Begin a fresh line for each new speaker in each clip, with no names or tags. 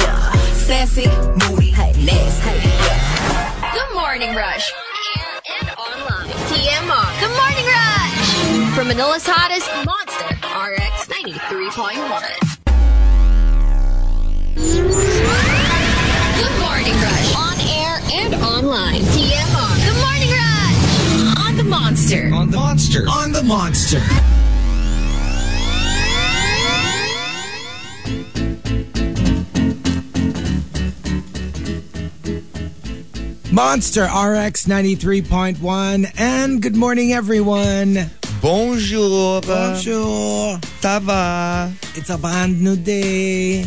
Yeah. Sassy, moody, nasty.
The Morning Rush. And, and online. TMR. The Morning Rush. From Manila's hottest monster, RX 93.1. The Morning Rush. On air and online. TMR. The Morning Rush. On the monster.
On the monster. On the monster. Monster RX 93.1. And good morning, everyone.
Bonjour.
Bonjour.
Ça va?
It's a brand new day.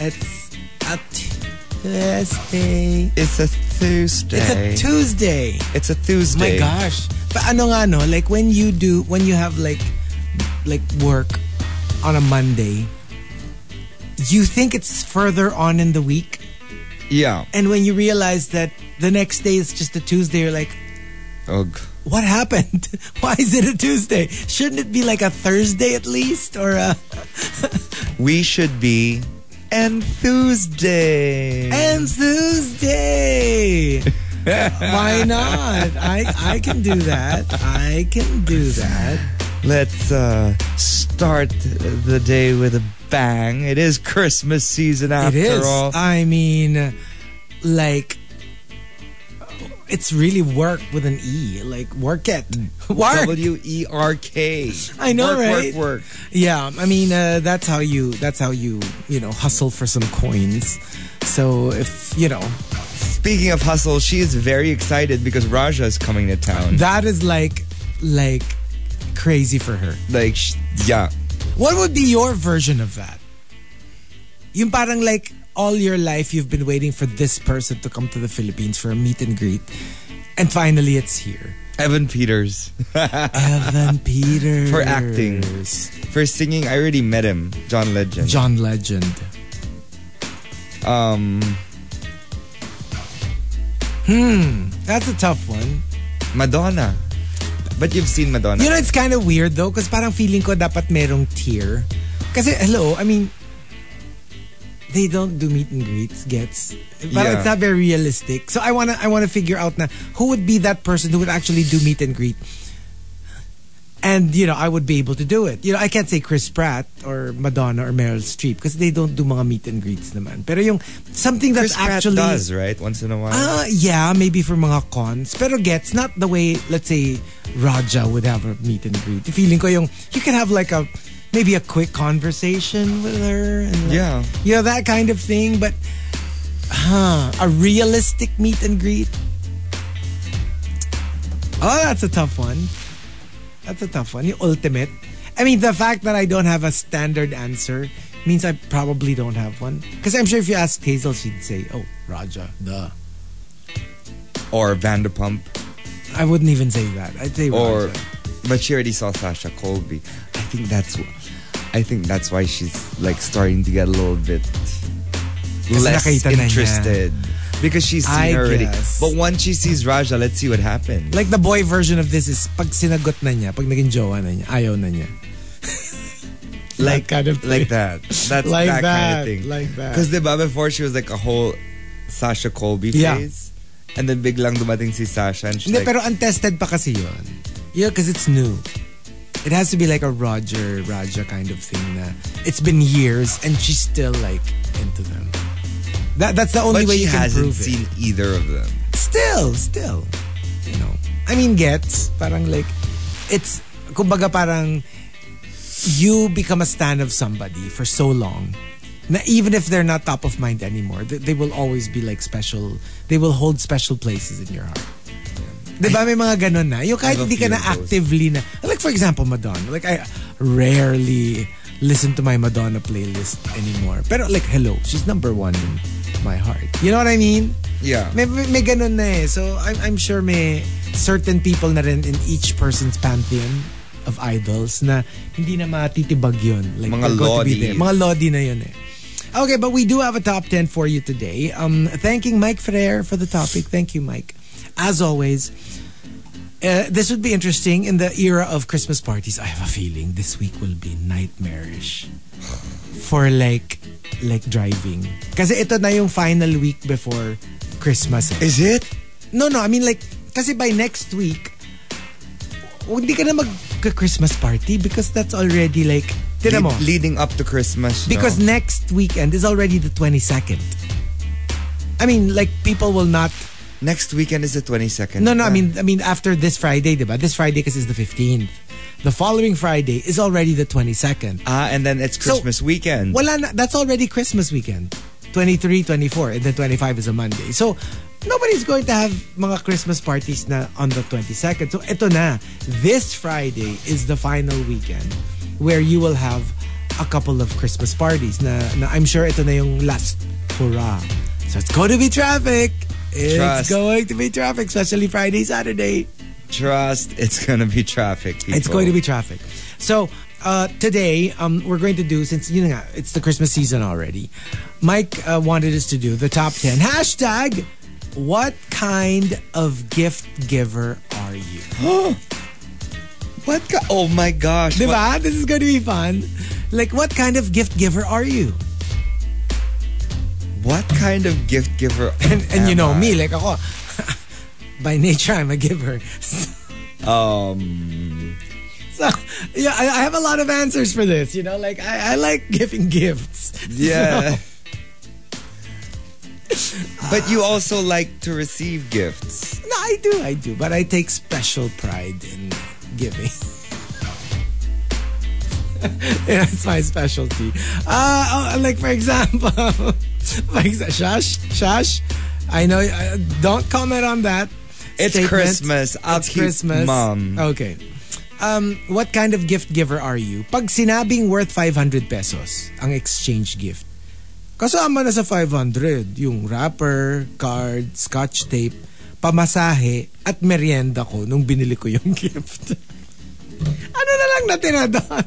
It's a Tuesday.
It's a Tuesday.
It's a Tuesday.
It's a Tuesday.
My gosh. But ano nga no, like when you do, when you have like, like work on a Monday, you think it's further on in the week.
Yeah.
And when you realize that the next day is just a Tuesday, you're like,
Ugh.
what happened? Why is it a Tuesday? Shouldn't it be like a Thursday at least? Or a.
We should be enthused.
And Tuesday! Why not? I, I can do that. I can do that.
Let's uh, start the day with a bang. It is Christmas season after
it is. Uh,
all.
I mean, like, it's really work with an E. Like, work it. Work!
W E R K.
I know,
work,
right?
Work, work.
Yeah, I mean uh, that's how you that's how you you know hustle for some coins. So if you know
Speaking of hustle, she is very excited because Raja is coming to town.
that is like like crazy for her.
like, sh- yeah.
What would be your version of that? Yung parang like all your life you've been waiting for this person to come to the Philippines for a meet and greet, and finally it's here.
Evan Peters.
Evan Peters
For acting. For singing, I already met him, John Legend.
John Legend.
Um,
That's a tough one.
Madonna. But you've seen Madonna.
You know, it's kind of weird though, because parang feeling ko dapat merong tier. Kasi, hello, I mean, they don't do meet and greets, gets. Parang
Yeah.
it's not very realistic. So I wanna, I wanna figure out na who would be that person who would actually do meet and greet. And you know, I would be able to do it. You know, I can't say Chris Pratt or Madonna or Meryl Streep because they don't do mga meet and greets naman. Pero yung something that's
Chris Pratt
actually
does, right? Once in a while.
Uh, yeah, maybe for mga cons. Pero gets, not the way, let's say, Raja would have a meet and greet. Feeling ko yung, you can have like a, maybe a quick conversation with her. And like,
Yeah.
You know, that kind of thing. But, huh, a realistic meet and greet? Oh, that's a tough one. That's a tough one. The ultimate. I mean, the fact that I don't have a standard answer means I probably don't have one. Because I'm sure if you asked Hazel, she'd say, oh, Raja, duh.
or Vanderpump.
I wouldn't even say that. I'd say
Or,
Raja.
but she already saw Sasha Colby. I think that's, wh- I think that's why she's like starting to get a little bit less
nakita na niya.
interested because she's seen
I
her already.
guess.
But once she sees Raja, let's see what happens.
Like the boy version of this is pag sinagot na niya, pag naging jowa na niya, ayaw na niya.
like
kind of thing.
like that. That's
Like
that, kind
that,
of thing.
like that.
Because diba before she was like a whole Sasha Colby
Yeah.
phase, and then biglang dumating si Sasha and she's
Hindi,
like,
pero untested pa kasi yun. Yeah, because it's new. It has to be like a Roger, Raja kind of thing na it's been years and she's still like into them. That, that's the only
but
way
she
you can
hasn't
prove
seen either of them.
it. Still, still. You know. I mean, gets. Parang like, it's, kumbaga parang you become a stan of somebody for so long na even if they're not top of mind anymore, they, they will always be like special, they will hold special places in your heart. Diba may mga ganun na? Yung kahit
I have a
hindi ka
few
na
of those.
actively na, like for example, Madonna. Like I rarely listen to my Madonna playlist anymore. Pero like, hello, she's number one in my heart. You know what I mean?
Yeah.
May, may, may ganun na eh. So, I'm, I'm sure may certain people na rin in each person's pantheon of idols na hindi na matitibag yun. Like,
Mga
they're going to be
lodis.
there. Mga lodi na yun eh. Okay, but we do have a top 10 for you today. Um, thanking Mike Ferrer for the topic. Thank you, Mike. As always, uh, this would be interesting in the era of Christmas parties. I have a feeling this week will be nightmarish for like like driving. Kasi ito na yung final week before Christmas. eh.
Is it?
No, no, I mean like kasi by next week hindi ka na mag-Christmas party because that's already like tinan mo.
Le- leading up to Christmas. no?
Because next weekend is already the 22nd. I mean, like people will not
next weekend is the 22nd.
No, no, I
Yeah.
mean I mean after this Friday, diba? This Friday kasi is the 15th. The following Friday is already the 22nd.
Ah, and then it's
So,
Christmas weekend.
Wala na, that's already Christmas weekend. 23, 24, and then 25 is a Monday. So, nobody's going to have mga Christmas parties na on the 22nd. So, eto na. This Friday is the final weekend where you will have a couple of Christmas parties na, na I'm sure ito na yung last hurrah. So, it's going to be traffic. It's
Trust.
going to be traffic, especially Friday, Saturday.
Trust, it's gonna be traffic. People.
It's going to be traffic. So uh, today um, we're going to do since you know it's the Christmas season already. Mike uh, wanted us to do the top ten hashtag. What kind of gift giver are you?
What? Ka- oh my gosh. What-
Diba? This is going to be fun. Like, what kind of gift giver are you?
What, kind of gift giver?
And, and you
am
know
I?
me, like ako, by nature I'm a giver.
Um.
So yeah, I, I have a lot of answers for this. You know, like I, I like giving gifts.
Yeah. but you also like to receive gifts.
No, I do, I do. But I take special pride in giving. yeah, it's my specialty. Uh, oh, like, for example, for exa- shush, shush. I know, uh, don't comment on that.
It's Christmas. I'll
it's
keep
Christmas.
mum.
Okay. Um, what kind of gift giver are you? Pag sinabing worth 500 pesos, ang exchange gift. Kasama na sa 500 yung wrapper, card, scotch tape, pamasahe, at merienda ko nung binili ko yung gift. ano na lang natin na doon?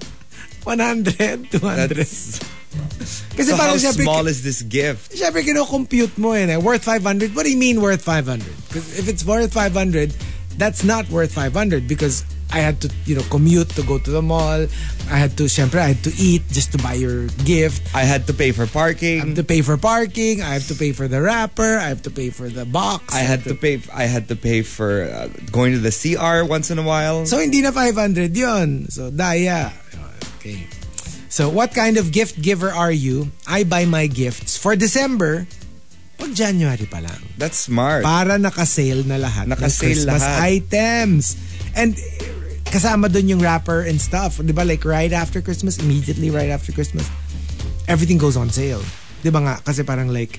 100, 200.
That's-
Kasi
So how
parang siyempre,
small is this gift?
siyempre kinocompute mo yun eh. Worth 500? What do you mean worth 500? Because if it's worth 500, that's not worth 500 because I had to, you know, commute to go to the mall. I had to, siyempre, I had to eat just to buy your gift.
I had to pay for
I have
parking.
to pay for parking. I have to pay for the wrapper. I have to pay for the box.
I had to pay. I had to pay for uh, going to the CR once in a while.
So, hindi na 500 yon. So, daya. Okay. So, what kind of gift giver are you? I buy my gifts for December. Pag January pa lang.
That's smart.
Para nakasale na lahat. ng
Nakasale
Christmas
lahat.
items. And eh, kasama dun yung wrapper and stuff. Di ba? Like right after Christmas, immediately right after Christmas, everything goes on sale. Di ba nga? Kasi parang like,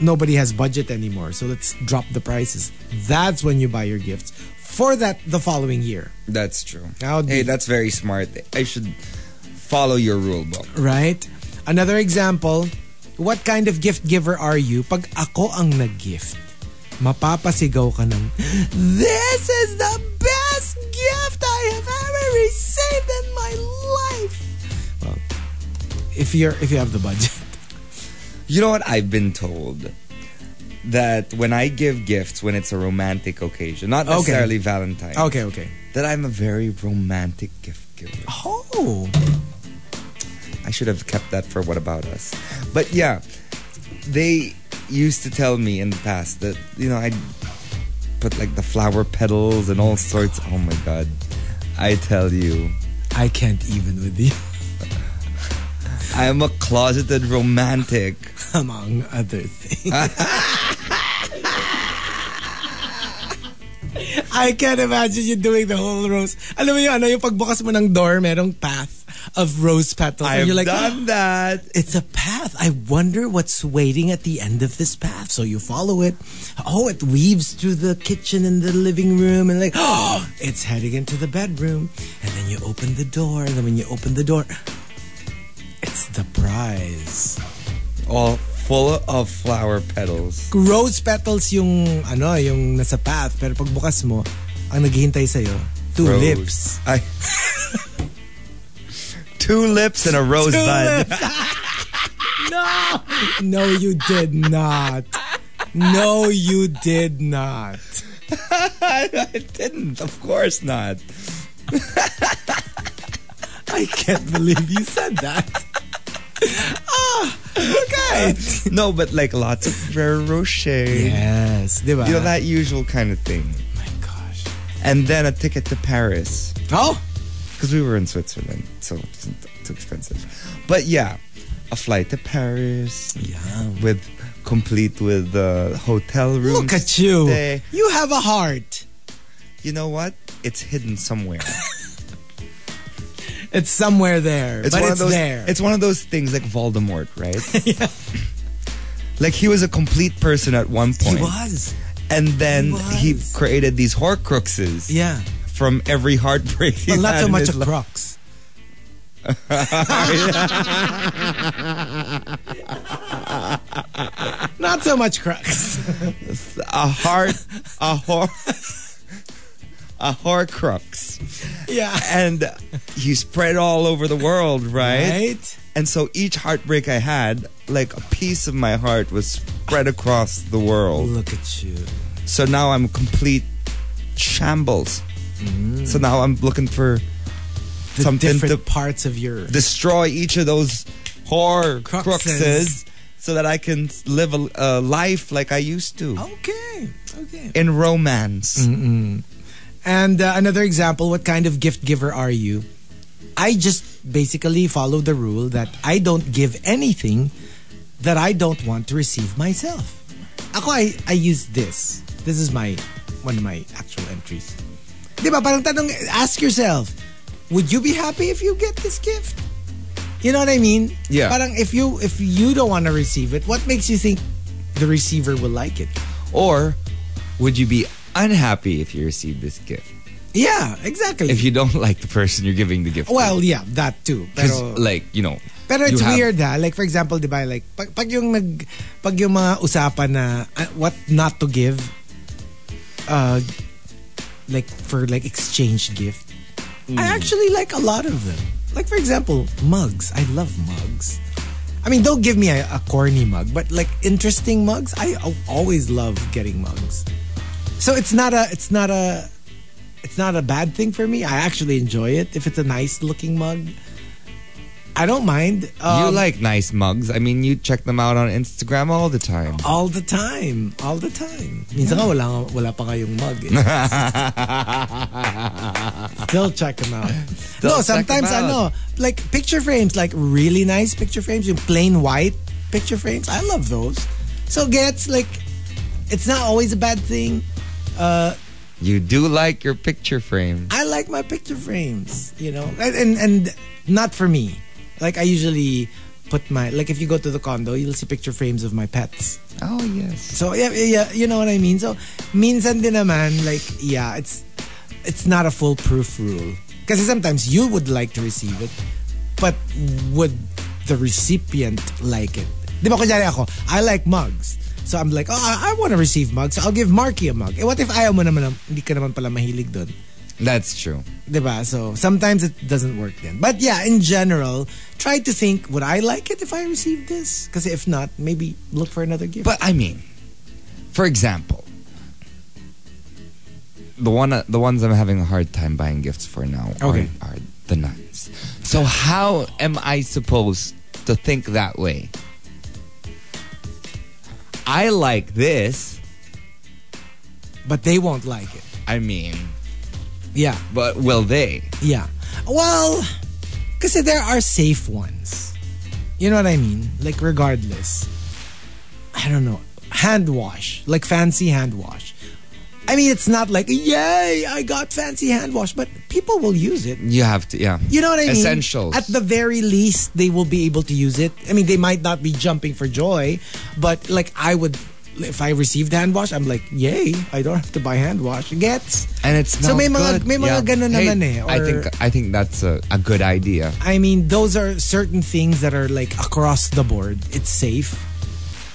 nobody has budget anymore. So let's drop the prices. That's when you buy your gifts. For that, the following year.
That's true.
That would be-
Hey, that's very smart. I should follow your rule book.
Right? Another example, what kind of gift giver are you? Pag ako ang nag-gift, mapapasigaw ka ng, This is the best gift I have ever received in my life! Well, if you're if you have the budget.
You know what I've been told? That when I give gifts, when it's a romantic occasion, not
Okay.
necessarily Valentine's,
Okay, okay.
that I'm a very romantic gift giver.
Oh!
I should have kept that for What About Us. But yeah, they used to tell me in the past that, you know, I put like the flower petals and all sorts. Oh my God. I tell you,
I can't even with you,
I am a closeted romantic.
among other things. I can't imagine you doing the whole rose. Alam mo yun, ano, yung pagbukas mo ng door, merong path of rose petals. and
I've
you're like, "Ah."
done that.
it's a path. I wonder what's waiting at the end of this path. So you follow it. Oh, it weaves through the kitchen and the living room, and like, oh, it's heading into the bedroom. And then you open the door, and then when you open the door, it's the prize.
All full of flower petals.
Rose petals yung, ano, yung nasa path. Pero pag bukas mo, ang naghihintay sa'yo, two
Rose.
lips.
I, two lips and a rosebud.
No! No, you did not. No, you did not.
I didn't. Of course not.
I can't believe you said that.
Okay. no, but like lots of Ferrero Rocher.
Yes, di ba? Oh
You know, that usual kind of thing.
My gosh.
And then a ticket to Paris.
Oh!
Because we were in Switzerland, so it wasn't too expensive. But yeah, a flight to Paris.
Yeah.
With complete with uh, hotel rooms.
Look at you.
stay.
You have a heart.
You know what? It's hidden somewhere.
It's somewhere there, but
one
it's
of those,
there.
It's one of those things like Voldemort, right? Like he was a complete person at one point.
He was.
And then
He
he,
was.
created these horcruxes
Yeah.
from every heartbreak.
Well,
he's
not
had
so
in
much
his
a
life.
Crocs. not so much Crocs.
a heart a hor a horcrux.
Yeah.
And he spread all over the world, right?
Right?
And so each heartbreak I had, like a piece of my heart was spread across the world.
Look at you.
So now I'm complete shambles. So now I'm looking for
Mm. The
something
different
to
parts of your
destroy each of those horror
Cruxes.
cruxes so that I can live a, a life like I used to
Oh. Okay. Okay.
in romance.
And uh, another example, what kind of gift giver are you? I just basically follow the rule that I don't give anything that I don't want to receive myself. Ako, I, I use this. This is my one of my actual entries. Di ba? Parang tanong, ask yourself, would you be happy if you get this gift? You know what I mean?
Yeah.
Parang if you if you don't want to receive it, what makes you think the receiver will like it?
Or would you be unhappy if you received this gift?
Yeah, exactly.
If you don't like the person you're giving the gift
well, yeah, that too.
Because,
Pero-
like, you know.
Pero it's
you have-
weird ha. Like for example, 'di ba, like pag, pag yung nag pag yung mga usapan na uh, what not to give uh like for like exchange gift. I
Hmm.
actually like a lot of them. Like for example, mugs. I love mugs. I mean, don't give me a, a corny mug, but like interesting mugs, I al- always love getting mugs. So it's not a it's not a it's not a bad thing for me. I actually enjoy it if it's a nice looking mug. I don't mind.
You
Um,
like nice mugs. I mean, you check them out on Instagram all the time.
all the time, all the time. Minsan nga wala nga- wala pa kayong mug. Eh. Still check them out. no,
check 'em
sometimes I know
out.
like picture frames, like really nice picture frames, yung plain white picture frames. I love those. So gets like it's not always a bad thing.
You do like your picture frame.
I like my picture frames, you know, and and, and not for me. Like I usually put my like if you go to the condo, you'll see picture frames of my pets.
Oh, yes.
So yeah, yeah, you know what I mean. So minsan din naman like yeah, it's it's not a foolproof rule. Kasi sometimes you would like to receive it, but would the recipient like it? Di ba kunyari ako, I like mugs. So I'm like, oh, I, I want to receive mugs. So I'll give Marky a mug. Eh, what if ayaw mo naman, ng- hindi ka naman pala mahilig doon?
That's true.
Diba? So sometimes it doesn't work then. But yeah, in general, try to think, would I like it if I received this? Because if not, maybe look for another gift.
But I mean, for example, the one the ones I'm having a hard time buying gifts for now
Okay.
are, are the nuns. So how am I supposed to think that way? I like this.
but they won't like it.
I mean,
Yeah,
but will they?
yeah. Well, kasi there are safe ones. You know what I mean? Like regardless. I don't know. Hand wash, like fancy hand wash. I mean, it's not like, yay, I got fancy hand wash, but people will use it.
You have to, yeah.
You know what I mean?
Essentials.
At the very least, they will be able to use it. I mean, they might not be jumping for joy, but like I would, if I received hand wash, I'm like, yay! I don't have to buy hand wash. Gets?
and it's
so may mga may mga ganun
hey,
naman eh. Or,
I think I think that's a, a good idea.
I mean, those are certain things that are like across the board. It's safe.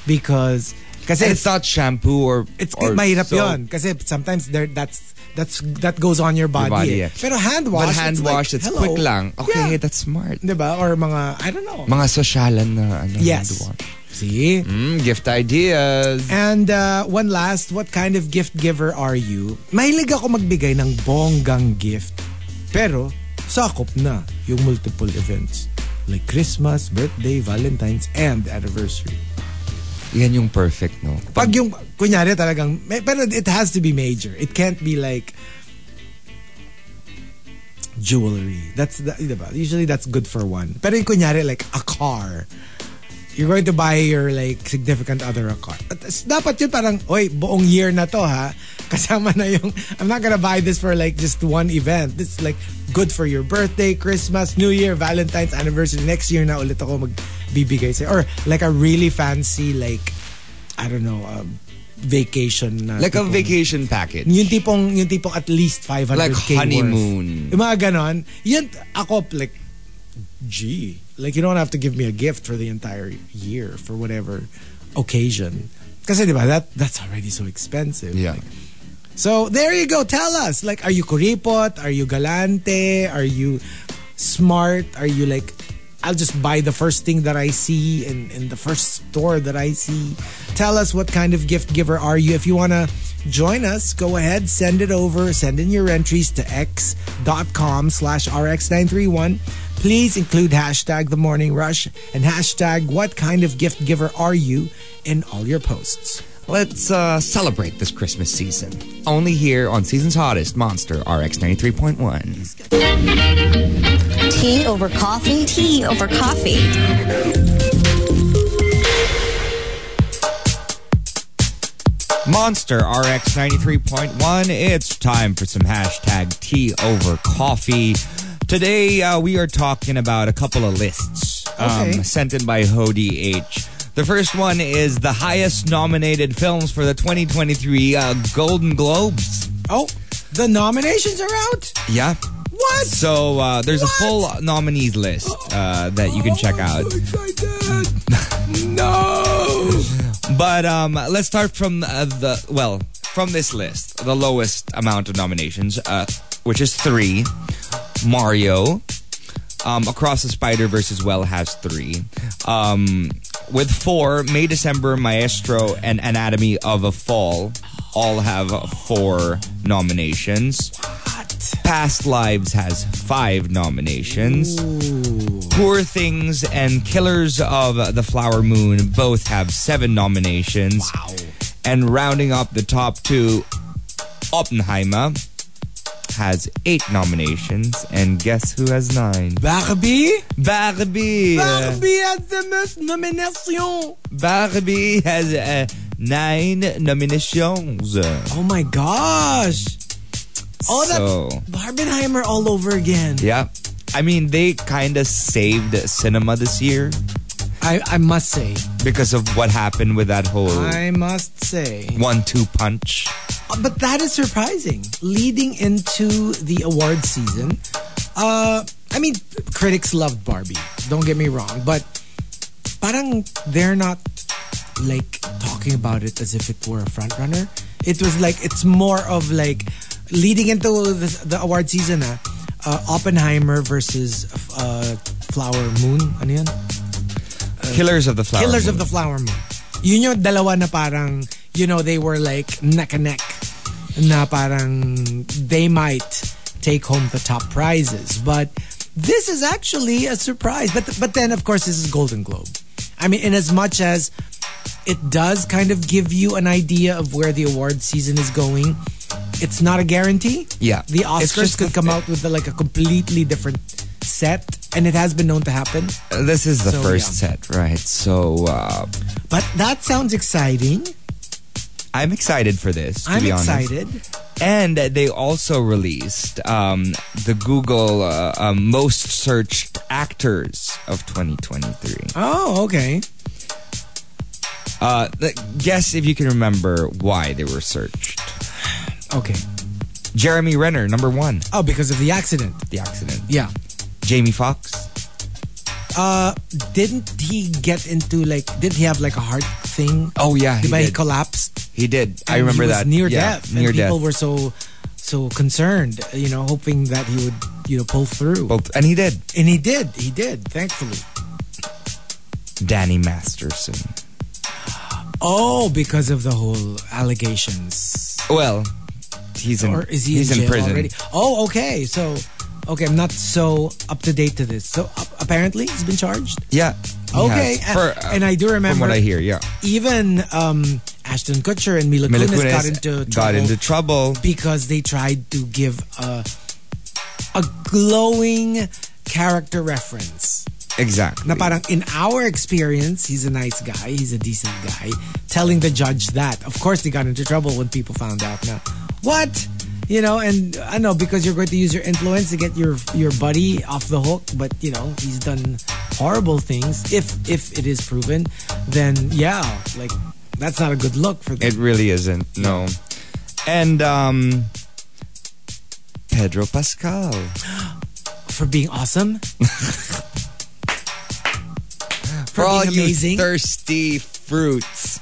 because kasi
And it's not shampoo or
it's
or
mahirap
soap.
yun kasi sometimes there that's that's that goes on your body.
body,
eh.
yeah.
Pero hand wash,
But hand
it's
wash,
like,
it's
hello.
quick lang.
Yeah.
Okay, that's smart.
'Di ba? Or mga I don't know.
Mga sosyalan na ano,
yes.
hand wash.
See?
Mm, gift ideas.
And uh, one last, what kind of gift giver are you? Mahilig ako magbigay ng bonggang gift. Pero, sakop na yung multiple events. Like Christmas, birthday, Valentine's, and anniversary.
Yan yung perfect, no?
Pag yung, kunyari talagang, may- pero it has to be major. It can't be like jewelry. That's, the, diba? usually that's good for one. Pero yung kunyari like a car. You're going to buy your like significant other a car. At s- dapat yun parang, oy, buong year na to ha. Kasama na yung, I'm not gonna buy this for like just one event. This is like good for your birthday, Christmas, New Year, Valentine's, anniversary. Next year na ulit ako magbibigay sa'yo. Or like a really fancy like, I don't know, um, vacation na.
like a
tipong-
vacation package.
yung tipong yung tipong at least 500k
Like
worth.
honeymoon.
Yung mga ganon. Yun, ako, like, gee. Like, you don't have to give me a gift for the entire year for whatever occasion. Kasi, di ba, that, that's already so expensive.
yeah.
Like, so, there you go. Tell us. Like, are you kuripot? Are you galante? Are you smart? Are you like, I'll just buy the first thing that I see in, in the first store that I see. Tell us what kind of gift giver are you. If you want to join us, go ahead, send it over. Send in your entries to x.com slash rx931. Please include hashtag the morning rush and hashtag what kind of gift giver are you in all your posts.
Let's uh, celebrate this Christmas season. Only here on Season's Hottest Monster RX 93.1.
Tea over coffee. Tea over coffee.
Monster RX 93.1. It's time for some hashtag tea over coffee. Today, uh, we are talking about a couple of lists um,
Okay.
sent in by Hody H. The first one is the highest nominated films for the 2023 uh, Golden Globes.
Oh, the nominations are out?
Yeah.
What?
So uh, there's
What?
a full nominees list uh, that you can check out.
no!
But um, let's start from uh, the well from this list, the lowest amount of nominations, uh, which is three. Mario, um, Across the Spider versus Well has three. Um, with four, May December Maestro and Anatomy of a Fall all have four nominations. Past Lives has five nominations. Poor Things and Killers of the Flower Moon both have seven nominations. Wow. And rounding up the top two, Oppenheimer has eight nominations. And guess who has nine?
Barbie? Barbie
Barbie!
has the most nomination!
Barbie has uh, nine nominations.
Oh my gosh! Oh,
So-
that's Barbenheimer all over again.
Yeah. I mean, they kind of saved cinema this year
I, I must say.
because of what happened with that whole
I must say.
one two punch.
Uh, but that is surprising. Leading into the award season, uh, I mean, critics loved Barbie. Don't get me wrong, but parang they're not like talking about it as if it were a front runner. It was like it's more of like leading into the, the award season. ah, Uh, Oppenheimer versus uh, Flower Moon. Ano yun?
Killers of the Flower
Killers
Moon.
of the Flower Moon. Yun yung dalawa na parang, you know, they were like neck and neck. Na parang they might take home the top prizes. But this is actually a surprise. But but then of course this is Golden Globe. I mean, in as much as it does kind of give you an idea of where the award season is going, it's not a guarantee.
Yeah.
The
It's
Oscars
just
could
the-
come out with like a completely different set, and it has been known to happen.
Uh, This is the
So,
first set, right? So uh,
But that sounds exciting.
I'm excited for this. To
I'm
be honest.
excited.
And they also released um, the Google uh, uh, most searched actors of 2023.
Oh, okay.
Uh, th- guess if you can remember why they were searched.
Okay.
Jeremy Renner, number one,
Oh, because of the accident.
the accident.
Yeah.
Jamie Foxx,
uh, didn't he get into like? Did he have like a heart thing?
Oh, yeah, he
Diba he
did.
collapsed.
He did. I
and
remember
he was
that.
Near
yeah,
death.
Near
and
death.
People were so so concerned, you know, hoping that he would you know pull through.
Both- and he did.
And he did. He did. Thankfully.
Danny Masterson.
Oh, because of the whole allegations.
Well, he's in.
or is he
he's
in,
in,
jail
prison.
already? Oh, okay. So, okay, I'm not so up to date to this. So uh, apparently, he's been charged.
Yeah. he
Okay,
has. uh,
and- and I do
From
remember-
what I hear, yeah.
Even um, Ashton Kutcher and Mila,
Mila
Kunis,
Kunis
got into trouble
got into trouble.
because they tried to give a a glowing character reference.
Exactly.
Na parang in our experience, he's a nice guy, he's a decent guy. Telling the judge that, of course, they got into trouble when people found out. Now, what? You know, and I know because you're going to use your influence to get your your buddy off the hook, but you know he's done horrible things. If if it is proven, then yeah, like that's not a good look for them.
It really isn't. No. And um, Pedro Pascal.
for being awesome.
For all
being amazing. Ah.
you thirsty fruits.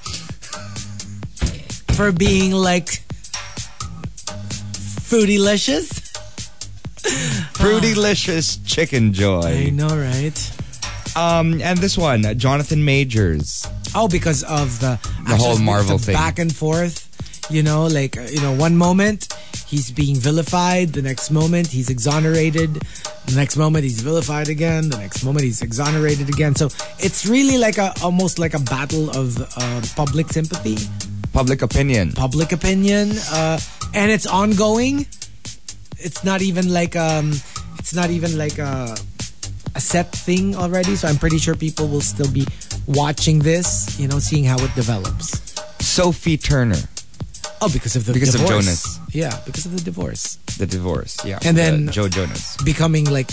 for being like fruitylicious.
Fruitylicious chicken
I
joy.
know, right?
Um, and this one, uh, Jonathan Majors.
Oh, because of the actually,
whole Marvel
the
thing.
back and forth. You know, like uh, you know, one moment he's being vilified, the next moment he's exonerated, the next moment he's vilified again, the next moment he's exonerated again. So it's really like a almost like a battle of uh, public sympathy,
Public opinion.
public opinion, uh, and it's ongoing. It's not even like um, it's not even like a a set thing already. So I'm pretty sure people will still be watching this, you know, seeing how it develops.
Sophie Turner,
Oh, because of the
Because of
divorce.
Jonas.
Yeah, because of the divorce.
the divorce. Yeah.
And then-
Uh, Joe Jonas.
Becoming like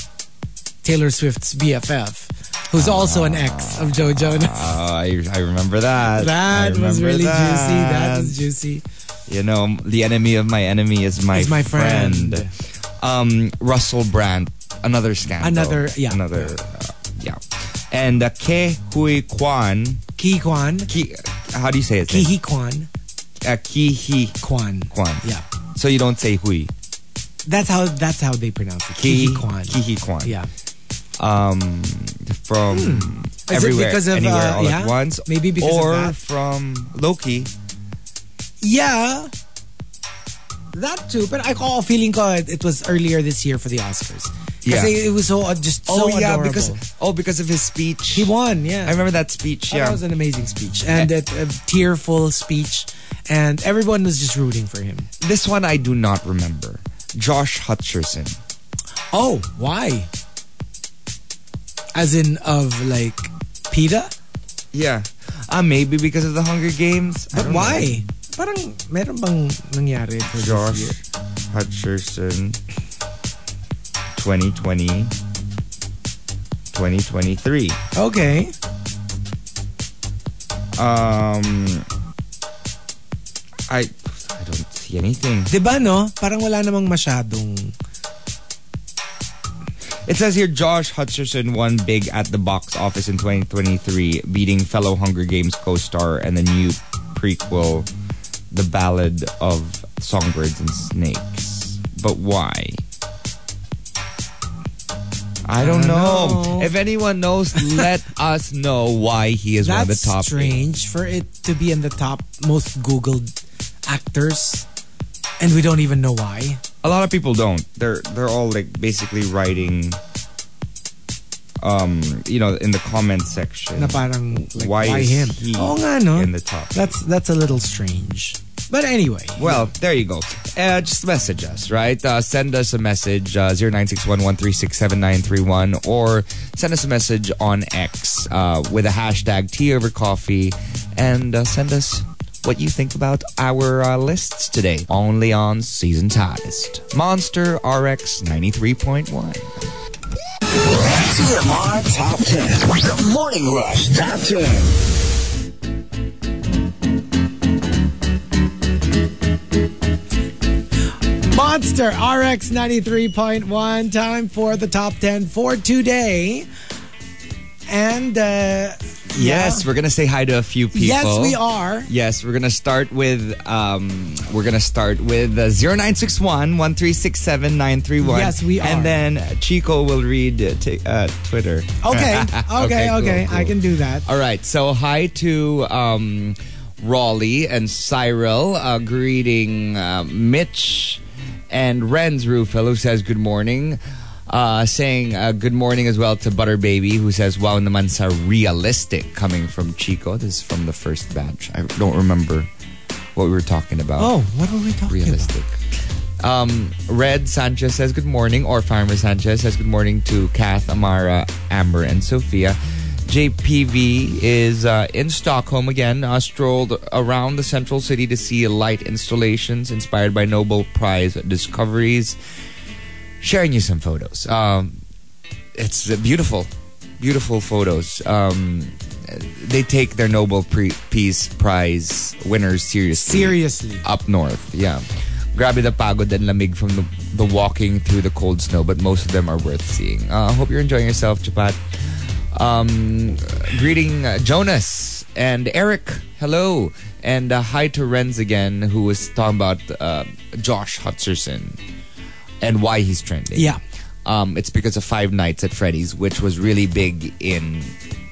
Taylor Swift's BFF, who's also an ex of Joe Jonas.
Oh, I, I remember that. I
that was
remember
really juicy. That
that.
was juicy.
you know, the enemy of my enemy is my,
Is my friend.
Um, Russell Brand, another scandal.
Another- yeah.
Another, uh, yeah. And uh, Ke Hui Kwan,
Ki Kwan.
Ki, how do you say it?
Kihi Kwan.
uh, Ki Hi
Kwan.
Kwan.
Yeah.
So you don't say Hui.
That's how that's how they pronounce it. Kihi Kwan.
Ki Hi Kwan.
Yeah. Hmm.
Um, from
it
everywhere,
because of,
anywhere,
uh,
all
yeah?
at once.
Maybe because of
or
that?
from Loki.
Yeah. That too, but I call feeling ko it, it was earlier this year for the Oscars.
Yeah.
Kasi it was so uh, just so
oh yeah,
adorable.
because oh because of his speech.
he won. Yeah,
I remember that speech.
Oh,
yeah.
That was an amazing speech and a, a tearful speech, and everyone was just rooting for him.
This one I do not remember. Josh Hutcherson.
Oh, why? As in of like PETA?
Yeah. Ah, maybe because of the Hunger Games. I
But
don't know.
why? Parang meron bang nangyari for this
Josh
year?
Hutcherson. 2020. 2023.
Okay.
Um. I I don't see anything.
'Di ba no? Parang wala namang masyadong
It says here Josh Hutcherson won big at the box office in 2023, beating fellow Hunger Games co-star and the new prequel, The Ballad of Songbirds and Snakes. But why? I don't,
don't know.
know. If anyone knows, let us know why he is one of the
That's
top. eh. eight.
strange for it to be in the top most googled actors and we don't even know why.
A lot of people don't. They're they're all like basically writing, um, you know, in the comment section.
Na parang like,
why,
why,
is
him?
he
Oo nga no.
in the top?
That's that's a little strange. But anyway,
Well, there you go. Uh, just message us, right? Uh, send us a message, uh, 0961-1367931, or send us a message on X uh, with a hashtag tea over coffee, and uh, send us what you think about our uh, lists today, only on Season Hottest. Monster RX 93.1.
TMR Top 10. The Morning Rush Top 10.
Monster RX 93.1 time for the top 10 for today. and uh,
Yes, we're gonna say hi to a few people.
Yes, we are.
Yes, we're gonna start with um, we're gonna start with uh, zero nine six one one three six seven nine three one.
Yes, we are.
And then Chico will read uh, t- uh, Twitter.
Okay, okay, okay.
cool, cool.
I can do that.
All right. So hi to um, Raleigh and Cyril. Uh, greeting uh, Mitch and Renz Rufel, who says good morning. Uh, saying uh, good morning as well to Butter Baby, who says wow naman sa realistic coming from Chico. This is from the first batch. I don't remember what we were talking about
Oh, what were we talking about?
realistic. Um, Red Sanchez says good morning, or Farmer Sanchez says good morning to Kath, Amara, Amber, and Sophia. JPV is uh, in Stockholm again, uh, strolled around the central city to see light installations inspired by Nobel Prize discoveries. Sharing you some photos. Um, it's uh, beautiful, beautiful photos. Um, they take their Nobel Pre- Peace Prize winners seriously
Seriously.
up north. Yeah. Grabe the pagod and lamig from the, the walking through the cold snow, but most of them are worth seeing. Uh, hope you're enjoying yourself, Chapat. Um, greeting uh, Jonas and Eric. Hello. And uh, hi to Renz again, who was talking about uh, Josh Hutcherson and why he's trending.
Yeah.
Um, it's because of Five Nights at Freddy's, which was really big in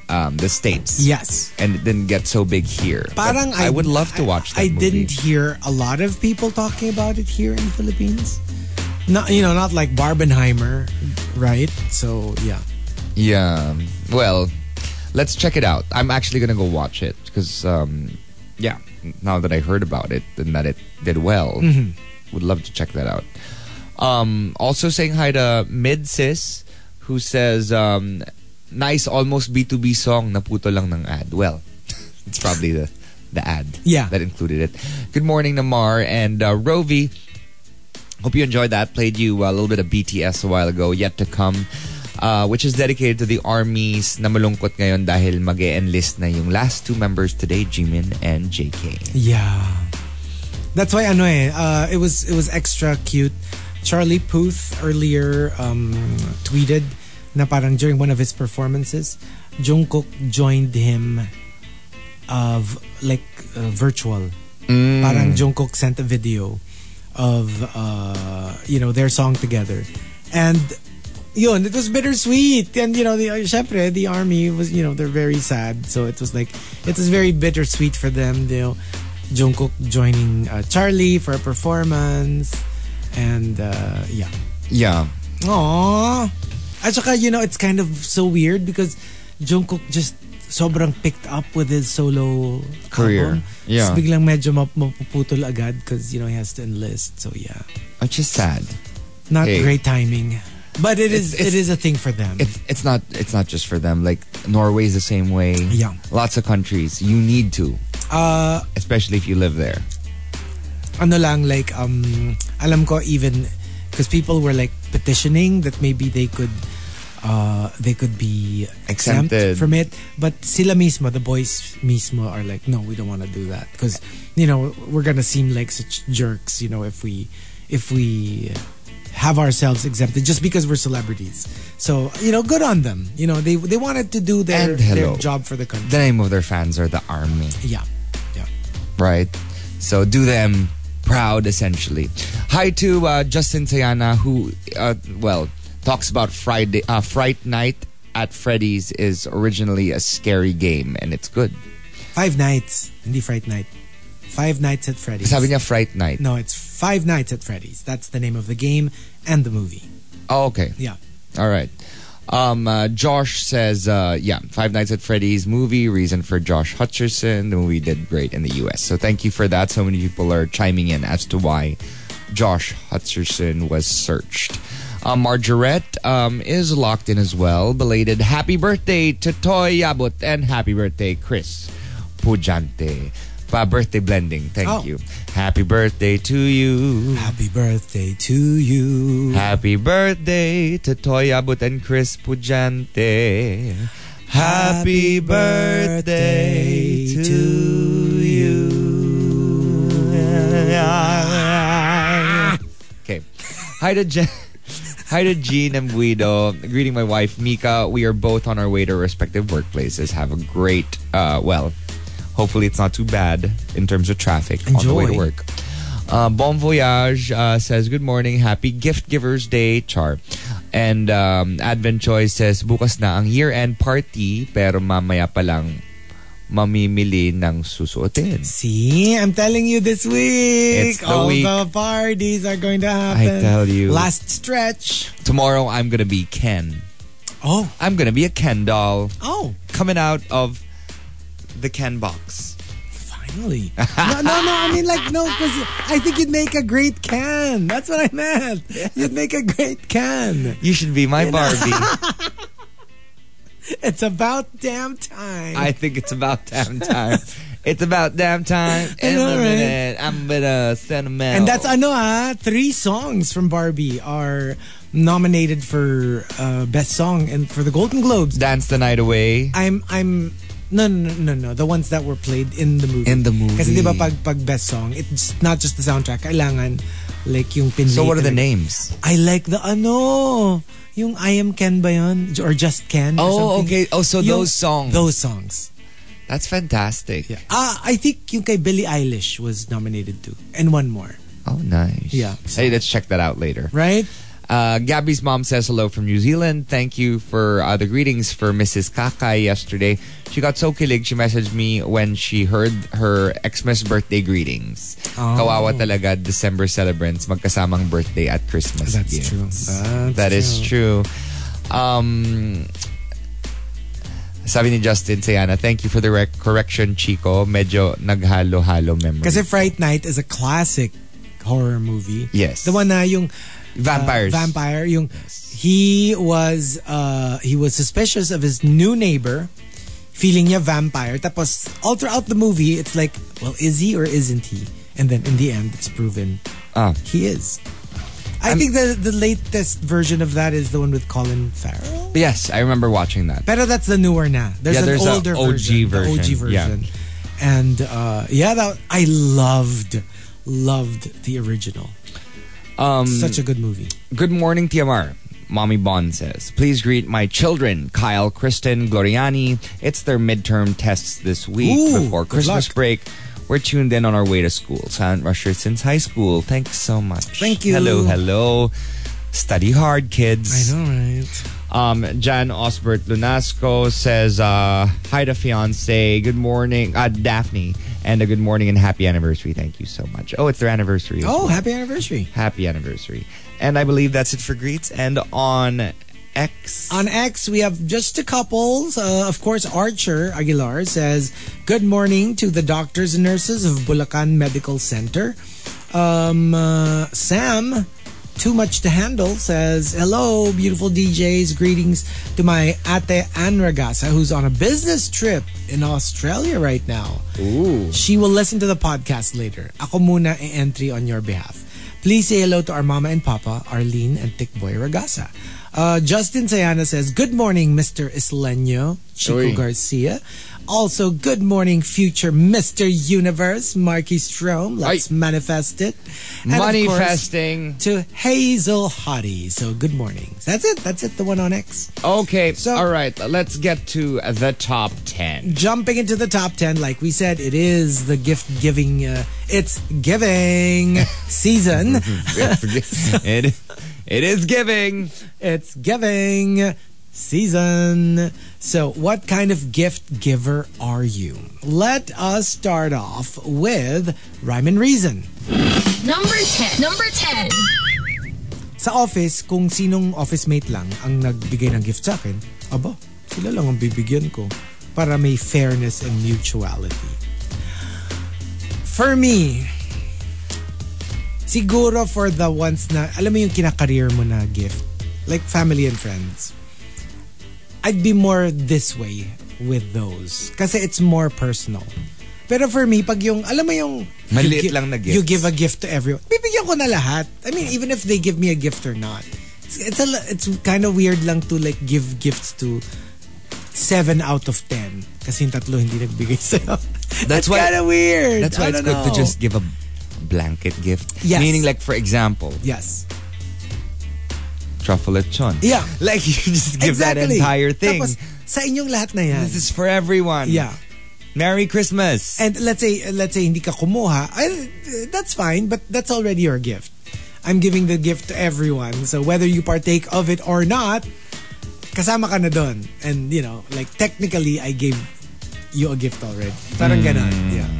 um, the States.
Yes.
And it didn't get so big here. But
Parang
I, would love to watch that
I, I
movie.
didn't hear a lot of people talking about it here in the Philippines. Not you know, not like Barbenheimer, right? So yeah.
Yeah. Well, let's check it out. I'm actually gonna go watch it because, um, yeah, now that I heard about it and that it did well, would love to check that out. Um, also saying hi to Mid Sis, who says, um, "Nice, almost B2B song. Naputo lang ng ad." Well, it's probably the the ad
Yeah.
that included it. Good morning, Namar and uh, Rovi. Hope you enjoyed that. Played you uh, a little bit of BTS a while ago, Yet to Come, uh, which is dedicated to the armies na malungkot ngayon dahil mag enlist na yung last two members today, Jimin and JK.
Yeah. That's why ano eh, uh, it was it was extra cute. Charlie Puth earlier um, tweeted na parang during one of his performances, Jungkook joined him of like uh, virtual. Parang Jungkook sent a video of uh, you know their song together, and yun it was bittersweet. And you know the uh, syempre, the army was you know they're very sad, so it was like it was very bittersweet for them. You know, Jungkook joining uh, Charlie for a performance, and uh, yeah.
Yeah.
Aww. At saka, you know, it's kind of so weird because Jungkook just sobrang picked up with his solo
Career.
album.
Yeah.
Tapos biglang medyo map- mapuputol agad because, you know, he has to enlist. So, yeah.
Which is sad.
Not
Hey.
great timing. But it is
It's-
it
it's-
is a thing for them.
It's it's not it's not just for them. Like Norway's the same way.
Yeah.
Lots of countries. You need to.
Uh,
Especially if you live there.
ano lang, like, um, alam ko even, because people were like petitioning that maybe they could uh, they could be exempt
Exempted.
from it. But sila mismo, the boys mismo are like, no, we don't want to do that because you know we're gonna seem like such jerks, you know, if we if we have ourselves exempted just because we're celebrities. So you know, good on them. You know, they they wanted to do their,
And hello.
their job for the country.
The name of their fans are the army.
yeah, yeah.
right? So do them proud, essentially. Hi to uh, Justin Tayana, who, uh, well, talks about Friday, uh, Fright Night at Freddy's is originally a scary game, and it's good.
Five nights, hindi Fright Night. Five nights at Freddy's.
Sabi niya Fright Night.
No, it's Five Nights at Freddy's. That's the name of the game and the movie.
Oh, okay.
Yeah.
All right. Um, uh, Josh says, uh, yeah, Five Nights at Freddy's movie, reason for Josh Hutcherson. The movie did great in the U.S. So thank you for that. So many people are chiming in as to why Josh Hutcherson was searched. Uh, Margarette um, is locked in as well. Belated happy birthday to Toy Yabut and happy birthday, Chris Pujante. Pa birthday blending. Thank
Oh.
you. Happy birthday to you.
Happy birthday to you.
Happy birthday to Toy Abot and Chris Pujante. Happy birthday to you. Okay. Hi to Jen. Hi to Jean and Guido. Greeting my wife, Mika. We are both on our way to our respective workplaces. Have a great, uh, well, hopefully it's not too bad in terms of traffic on the way to
Enjoy.
work. Uh, bon Voyage uh, says, Good morning. Happy Gift Givers Day, Char. And um, Advent Choice says, Bukas na ang year-end party, pero mamaya pa lang mamimili ng susuotin.
See, I'm telling you this week.
It's the
all
week.
the parties are going to happen.
tell you.
Last stretch.
Tomorrow, I'm gonna be Ken.
Oh,
I'm gonna be a Ken doll.
oh,
coming out of the Ken box.
finally. no, no, no. I mean, like, no, because I think you'd make a great can. That's what I meant. You'd make a great can.
You should be my Barbie.
It's about damn time.
I think it's about damn time. It's about damn time. In
know,
a
right?
minute, I'm gonna send a mail.
And that's ano ah, three songs from Barbie are nominated for uh, best song and for the Golden Globes.
dance the night away.
I'm I'm no no no no the ones that were played in the movie.
In the movie.
Kasi di ba pag, pag best song, it's not just the soundtrack. Kailangan like yung pinlay.
So what are the
talaga.
names?
I like the ano yung I am Ken ba yun? or just Ken? or
Oh,
something.
okay. Oh, so
Yung-
those songs.
Those songs.
That's fantastic.
Yeah. Ah, I think yung kay Billie Eilish was nominated too, and one more.
Oh, nice.
Yeah.
Hey, let's check that out later.
Right?
Uh, Gabby's mom says hello from New Zealand. Thank you for uh, the greetings for Mrs. Kakai yesterday. She got so kilig, she messaged me when she heard her Xmas birthday greetings.
Oh.
Kawawa talaga December celebrants magkasamang birthday at Christmas.
That's
gifts.
true. That's
That is true. Um, sabi ni Justin Sayana, thank you for the rec- correction, Chico. Medyo naghalo-halo memory.
Kasi Fright Night is a classic horror movie.
Yes.
The one na yung uh,
Vampires.
vampire yung he was uh he was suspicious of his new neighbor feeling niya vampire tapos all throughout the movie it's like well is he or isn't he and then in the end it's proven
Ah.
he is I think the the latest version of that is the one with Colin Farrell
Yes, I remember watching that.
Pero that's the newer na. There's
Yeah,
an
there's a
older
OG
version, the
version,
OG
yeah.
version. And uh, yeah, that I loved, loved the original.
Um,
Such a good movie.
Good morning, TMR. Mommy Bond says, Please greet my children, Kyle, Kristen, Gloriani. It's their midterm tests this week
Ooh,
before
good
Christmas
luck.
break. We're tuned in on our way to school. Silent Rusher since high school. Thanks so much.
Thank you.
Hello, hello. Study hard, kids.
know, right?
Um, Jan Osbert Lunasco says, uh, Hi to fiance. Good morning. Uh, Daphne. And a good morning and happy anniversary. Thank you so much. Oh, it's their anniversary. as
Oh,
well.
happy anniversary
Happy anniversary. And I believe that's it for greets. And on X.
on X. We have just a couple. Uh, of course, Archer Aguilar says, "Good morning to the doctors and nurses of Bulacan Medical Center." Um, uh, Sam. Too much to handle says, Hello, beautiful DJs. Greetings to my Ate Anragasa, who's on a business trip in Australia right now. She will listen to the podcast later. Ako muna ang entry on your behalf. Please say hello to our mama and papa, Arlene and Tikboy Ragasa. Uh, Justin Sayana says, Good morning, Mr. Isleño Chico Garcia. Also, good morning, future Mr. Universe, Marky Strom. Let's manifest it. And of course,
Manifesting.
To Hazel Hottie. So, good morning. That's it. That's it. The one on X.
Okay.
So-
all right. Let's get to the top 10.
Jumping into the top 10, like we said, it is the gift giving, uh, it's giving season.
Mm-hmm. it, it is giving.
It's giving season. So, what kind of gift giver are you? Let us start off with rhyme and reason.
Number 10. Number 10.
Sa office, kung sinong office mate lang ang nagbigay ng gift sa akin, aba, sila lang ang bibigyan ko para may fairness and mutuality. For me, siguro for the ones na, alam mo yung kinakareer mo na gift, like family and friends, I'd be more this way with those. Kasi it's more personal. Pero for me, pag yung, alam mo yung...
Maliit
you gi-
lang na gifts.
You give a gift to everyone. Bibigyan ko na lahat. I mean, even if they give me a gift or not. It's, it's, a, li- it's kind of weird lang to like give gifts to 7 out of 10. Kasi yung tatlo hindi nagbigay sa'yo. That's
That's why-
kind of weird.
That's why
I
it's
don't
good to
know.
just give a blanket gift.
Yes.
Meaning, like, for example,
Yes.
truffle lechon.
Yeah.
Like you just give that
exactly.
entire thing.
Tapos, sa inyong lahat na yan.
this is for everyone.
yeah.
Merry Christmas.
And let's say let's say hindi ka kumuha, I, that's fine, but that's already your gift. I'm giving the gift to everyone. So whether you partake of it or not, kasama ka na doon. And you know, like technically I gave you a gift already.
Hmm.
Parang ganon. Yeah.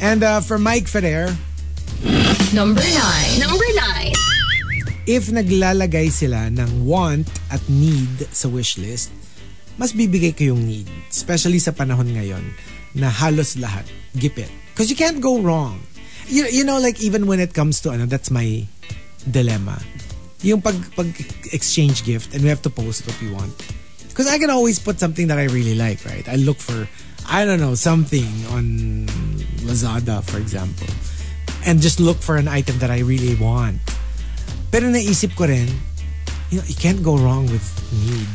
And uh, for Mike Ferrer,
Number nine. Number nine.
if naglalagay sila ng want at need sa wish list, mas bibigay ko yung need. Especially sa panahon ngayon na halos lahat gipit. Because you can't go wrong. You, you know, like even when it comes to, ano, that's my dilemma. Yung pag, pag exchange gift and we have to post what we want. Because I can always put something that I really like, right? I look for, I don't know, something on Lazada, for example. And just look for an item that I really want. Pero naisip ko rin, you know, you can't go wrong with need.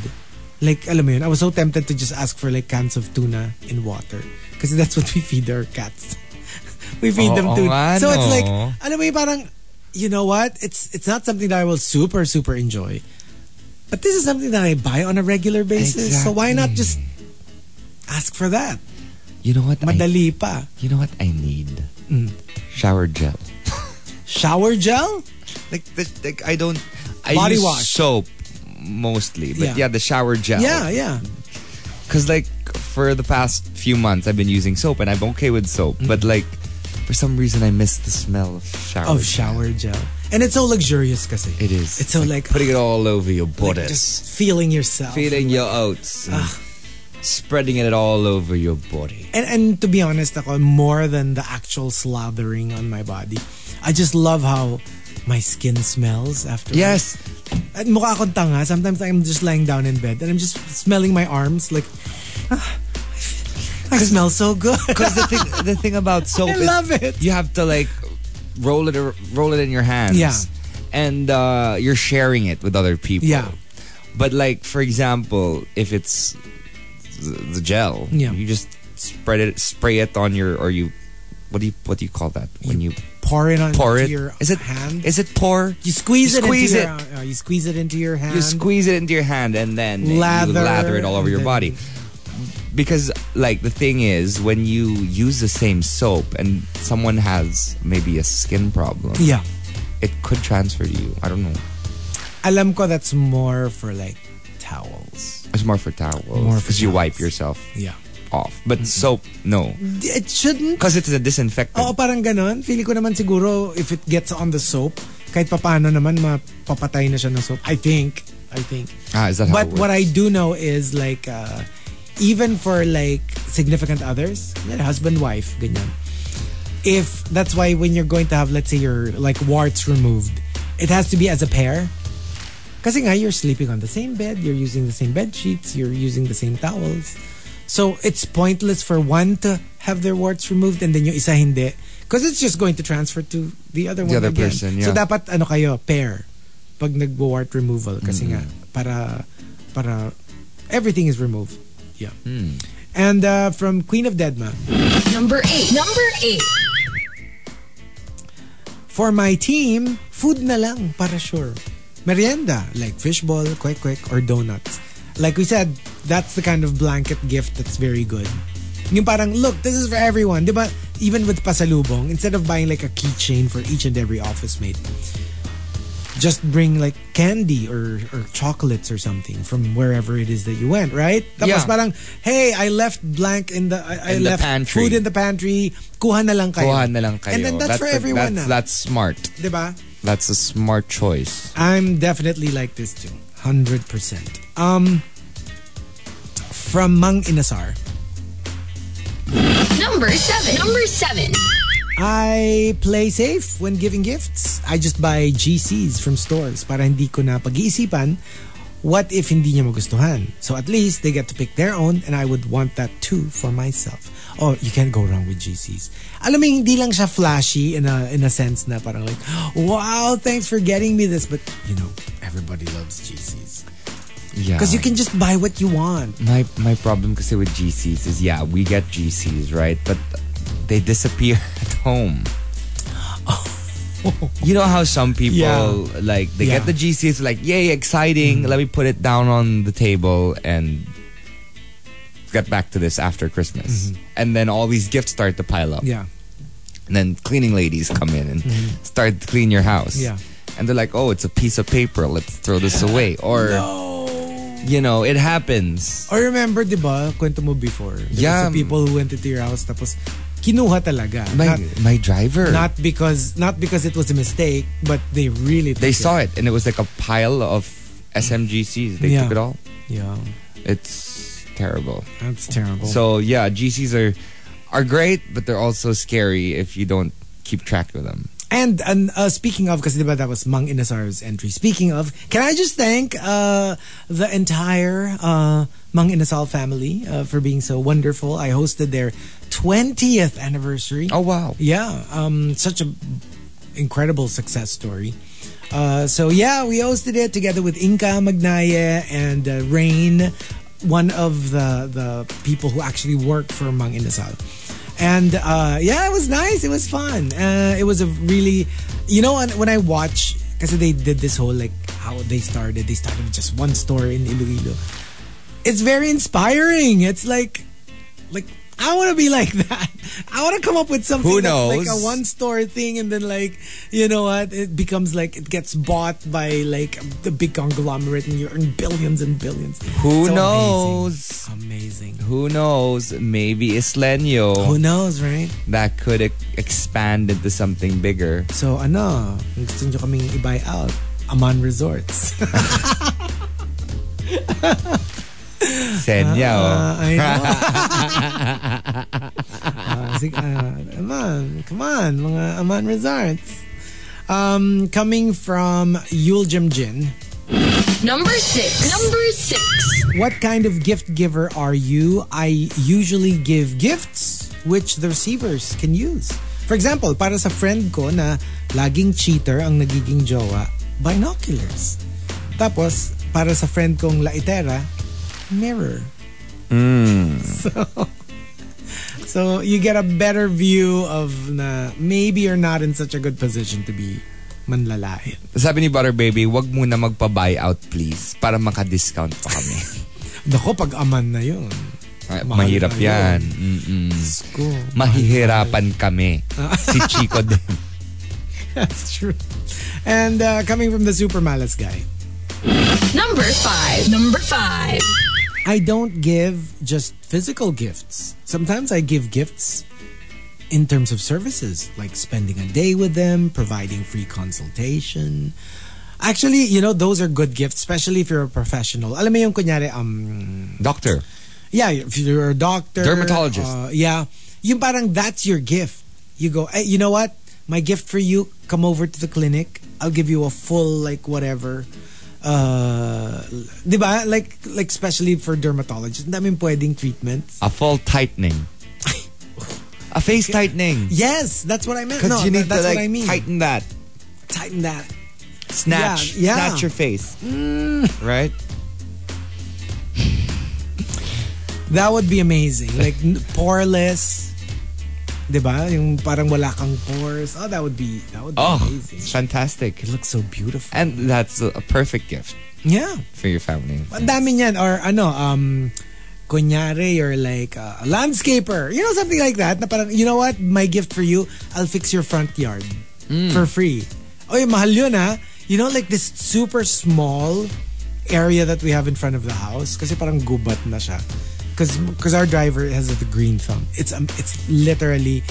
Like, alam mo yun, I was so tempted to just ask for like cans of tuna and water. Kasi that's what we feed our cats. we feed them
Oo
tuna.
Oh, nga,
so it's
no.
like, alam mo yun, parang, you know what? It's it's not something that I will super, super enjoy. But this is something that I buy on a regular basis. So why not just ask for that?
you know what? I,
Madali pa.
you know what I need? Mm. Shower gel.
Shower gel?
Like, the, like I don't. I
Body
use
wash.
soap mostly, but yeah,
Yeah.
the shower gel.
Yeah, yeah.
Because, like, for the past few months, I've been using soap and I'm okay with soap.
Mm-hmm.
But, like, for some reason, I miss the smell of shower.
Of
gel.
shower gel. And it's so luxurious kasi.
It is.
It's so like,
putting it all over your
like,
body.
just feeling yourself.
feeling your oats. and Spreading it all over your body.
and, and to be honest ako, more than the actual slathering on my body, I just love how my skin smells after.
Yes.
At mukha akong tanga. Sometimes I'm just lying down in bed and I'm just smelling my arms like, "Ah, I smell so good.
Because the thing, the thing about soap
I
is
love it.
you have to like roll it ar- roll it in your hands.
Yeah.
And uh, you're sharing it with other people.
Yeah.
But like for example, if it's th- the gel,
Yeah.
you just spread it spray it on your or you what do you what do you call that when you
Pour it on
pour
into
it?
your
Is it
hand.
Is it pour?
you squeeze
you
it
squeeze
into
it.
your uh, you squeeze it into your hand.
You squeeze it into your hand and then you
Lather,
lather it all over
and
your
then-
body. Because like the thing is, when you use the same soap and someone has maybe a skin problem,
Yeah.
it could transfer to you. I don't know.
Alam ko that's more for like towels.
It's more for towels
More for
because you wipe
towels.
yourself
Yeah. Mm-hmm.
off. But soap, no,
It shouldn't
because it's a disinfectant.
Oo, parang ganon. Feeling ko naman siguro if it gets on the soap, kahit papano naman mapapatay na siya ng soap. I think. I think.
Ah, is that how
But
it
what I
works?
do know is like, uh, even for like significant others, yan, husband, wife, ganyan. If that's why when you're going to have, let's say, your like warts removed, it has to be as a pair. Kasi nga, you're sleeping on the same bed, you're using the same bed sheets, you're using the same towels. So it's pointless for one to have their warts removed and then yung isa hindi. Because it's just going to transfer to the other one
other
again.
person,
So
yeah.
dapat ano kayo, pair. Pag nag-wart removal. Kasi nga, para, para, everything is removed. Yeah.
Hmm.
And uh, from Queen of Deadma,
Number eight. Number eight.
For my team, food na lang para sure. Merienda, like fishball, kwek-kwek, or donuts. Like we said, that's the kind of blanket gift that's very good. Yung parang, look, this is for everyone. Di ba? Even with pasalubong, instead of buying like a keychain for each and every office mate, just bring like candy or, or chocolates or something from wherever it is that you went, right? Tapos
Yeah.
parang, hey, I left blank in the, I, I
In the
left
pantry.
food in the pantry. Kuha na lang kayo.
Kuha na lang kayo.
And then that's, for
the-
everyone
That's,
na.
that's smart.
Di ba?
That's a smart choice.
I'm definitely like this too. 100%. Um, from Mang Inasar.
Number seven. Number seven.
I play safe when giving gifts. I just buy GCs from stores para hindi ko na pag-iisipan what if hindi niya magustuhan. So at least they get to pick their own and I would want that too for myself. Oh, you can't go wrong with GCs. Alam mo, yung hindi lang siya flashy in a, in a sense na parang like, wow, thanks for getting me this. But, you know, everybody loves GCs.
Yeah.
Because you can just buy what you want.
My my problem kasi with GCs is yeah, we get GCs, right? But they disappear at home. You know how some people
Yeah.
like they
Yeah. Mm-hmm.
get the GC, it's like, yay, exciting. Let me put it down on the table and get back to this after Christmas. And then all these gifts start to pile up.
Mm-hmm. Yeah. Mm-hmm.
And then cleaning ladies come in and start to clean your house.
Yeah.
And they're like, Oh, it's a piece of paper, let's throw this away. Or you know, it happens.
Or remember, di ba, kwento mo before. There
Yeah.
was the people who went into your house tapos kinuha talaga.
My
Not,
my driver.
not because not because it was a mistake, but they really
they
took
saw it and it was like a pile of SMGCs. They
Yeah.
took it all.
Yeah.
It's terrible.
That's terrible.
So yeah, GCs are are great, but they're also scary if you don't keep track of them.
And, and uh, speaking of, because that was Mang Inasar's entry. Speaking of, can I just thank uh, the entire uh, Mang Inasal family uh, for being so wonderful. I hosted their 20th anniversary.
Oh wow.
Yeah, um, such a incredible success story. Uh, so yeah, we hosted it together with Inka Magnaye and uh, Rain, one of the the people who actually work for Mang Inasal. And uh, yeah, it was nice. It was fun. Uh, it was a really, you know, when, when I watch, because they did this whole like how they started. They started with just one store in Iloilo. It's very inspiring. It's like like I want to be like that. I want to come up with something
Who
that's like
knows?
a one store thing, and then like you know what, it becomes like it gets bought by like the big conglomerate, and you earn billions and billions.
Who
So
knows?
Amazing. amazing.
Who knows? Maybe Islenio
Who knows, right?
that could e- expand into something bigger.
So ano, kung gusto nyo kaming i-buy out? Aman Resorts.
Senyo. oh.
Ah, I know. Ah, sige, ah, Aman, come on, mga Aman Resorts. Um, coming from Yul Jim Jin.
Number six. Number six.
What kind of gift giver are you? I usually give gifts which the receivers can use. For example, para sa friend ko na laging cheater ang nagiging jowa, binoculars. Tapos, para sa friend kong laitera, mirror. So, so you get a better view of na maybe you're not in such a good position to be manlalain.
Sabi ni Butter Baby, wag muna magpa-buyout please para maka-discount pa kami.
Nako, pag aman na yun.
Ay,
Mahal
Mahirap
na yun.
yan. Mm. Mm-mm.
Sko.
Mahihirapan kami. Si Chico din.
That's true. And uh, coming from the super malice guy,
Number five. Number five.
I don't give just physical gifts. Sometimes I give gifts in terms of services, like spending a day with them, providing free consultation. Actually, you know, those are good gifts, especially if you're a professional. Alam mo yung kunyari, um,
Doctor.
Yeah, if you're a doctor,
Dermatologist.
uh, yeah, yung parang that's your gift. You go, hey, you know what? My gift for you, come over to the clinic. I'll give you a full like whatever. Uh, di ba? Like like especially for dermatologists, ang daming pwedeng treatments.
A full tightening. A face tightening.
Yes, that's what I meant.
Because
No,
you need
that- that's
to like
what I mean.
tighten that,
Tighten that. Yeah,
snatch,
Mm. yeah.
snatch your face, right?
That would be amazing. Like n- poreless. 'Di ba? Yung parang wala kang pores. Oh, that would be that would be
Oh, it's
amazing.
fantastic!
It looks so beautiful.
And that's a, a perfect gift
Yeah.
for your family.
Ang dami niyan. Or ano, um, kunyari, you're like uh, a landscaper. You know, something like that. Na parang, you know what? My gift for you, I'll fix your front yard for free. Oy, mahal yun ha. You know, like this super small area that we have in front of the house. Kasi parang gubat na siya. Because our driver has the green thumb. It's, um, it's literally,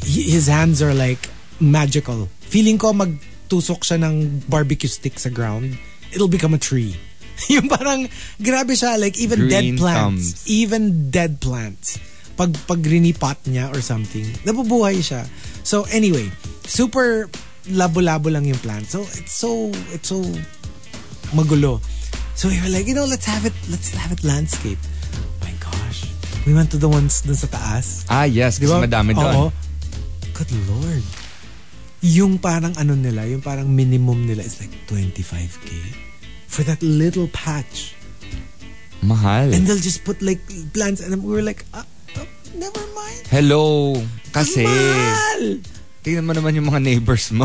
hi- his hands are like magical. Feeling ko magtusok siya ng barbecue stick sa ground, it'll become a tree. yung parang grabe siya like even dead
Green
plants,
thumbs.
even dead plants. Pag pag pot niya or something, nabubuhay siya. So anyway, super labo-labo lang yung plant. So it's so it's so magulo. So we were like, you know, let's have it let's have it landscape. my gosh. We went to the ones dun sa taas.
Ah yes,
Di
kasi
ba?
madami
Oo.
doon.
Good Lord. Yung parang ano nila, yung parang minimum nila is like 25k for that little patch. And
Mahal.
they'll just put like oh, plants and we were like, ah, ah, never mind.
Hello, kasi
Mahal!
Tingnan mo naman yung mga neighbors mo.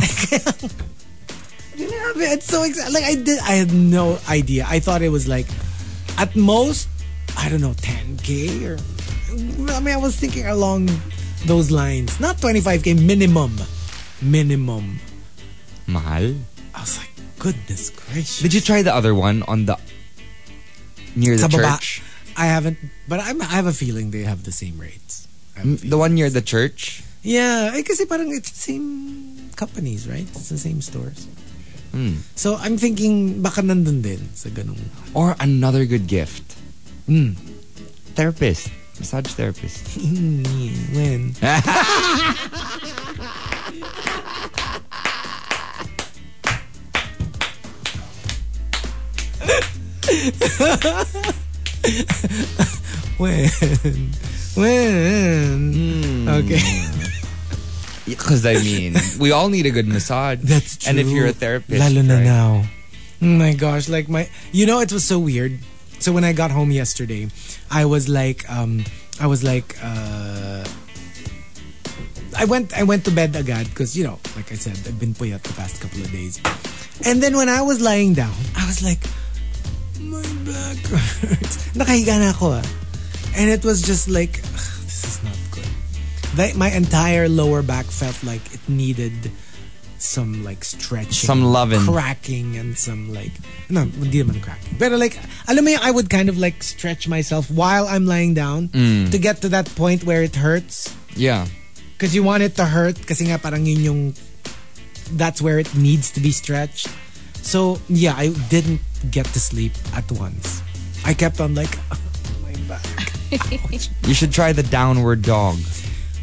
Grabe, it's so exciting. Like I did, I had no idea. I thought it was like at most, I don't know, 10k or. I mean, I was thinking along those lines, not 25k minimum, minimum.
Mahal.
I was like, goodness gracious.
Did you try the other one on the near the
Sa baba,
church?
I haven't, but I'm, I have a feeling they have the same rates. I have a
The one near the church?
Yeah, eh, kasi parang it's the same companies, right? It's the same stores.
Hmm.
So I'm thinking baka nandun din sa ganung.
Or another good gift? Hmm. Therapist. Massage therapist.
When? when? When? Okay.
Because I mean, we all need a good massage.
That's true.
And if you're a therapist,
lalo na
try-
now. Oh my gosh, like my, you know, it was so weird. So when I got home yesterday, I was like, um, I was like, uh, I went, I went to bed agad because you know, like I said, I've been puyat the past couple of days. And then when I was lying down, I was like, my back hurts. Nakahiga na ako ah. And it was just like, "Ugh, this is not good. Like, my entire lower back felt like it needed some like stretching.
Some lovin'.
Cracking and some like, no, hindi naman cracking. But like, alam mo yung I would kind of like stretch myself while I'm lying down to get to that point where it hurts.
Yeah.
Because you want it to hurt kasi nga parang yun yung that's where it needs to be stretched. So, yeah, I didn't get to sleep at once. I kept on like, "Oh my back.
You should try the downward dog.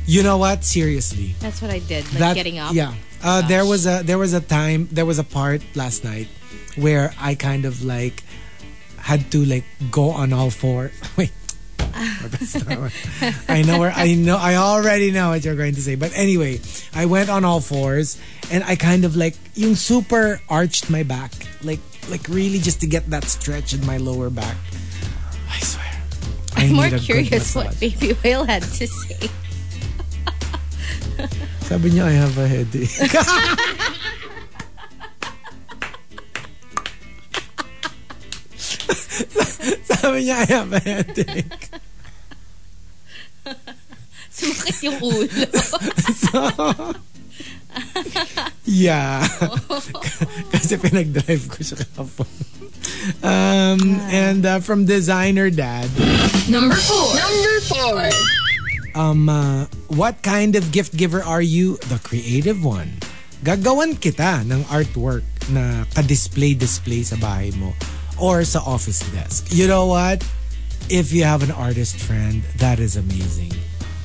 You know what? Seriously.
That's what I did. Like
that,
getting up. Oh,
Yeah. Uh, there was a there was a time there was a part last night where I kind of like had to like go on all four. Wait. That's not what- I know where I know I already know what you're going to say. But anyway, I went on all fours and I kind of like yung super arched my back. Like like really just to get that stretch in my lower back. I swear. I
I'm more
need a good
curious what
massage.
Baby Whale had to say.
Sabi niya, I have a headache. Sabi niya, I have a headache.
Sumakit yung ulo.
Yeah. Kasi pinag-drive ko siya kahapon. Um, and uh, from Designer Dad,
Number four. Number four.
um, uh, what kind of gift giver are you? The creative one. Gagawan kita ng artwork na ka-display-display sa bahay mo or sa office desk. You know what? If you have an artist friend, that is amazing.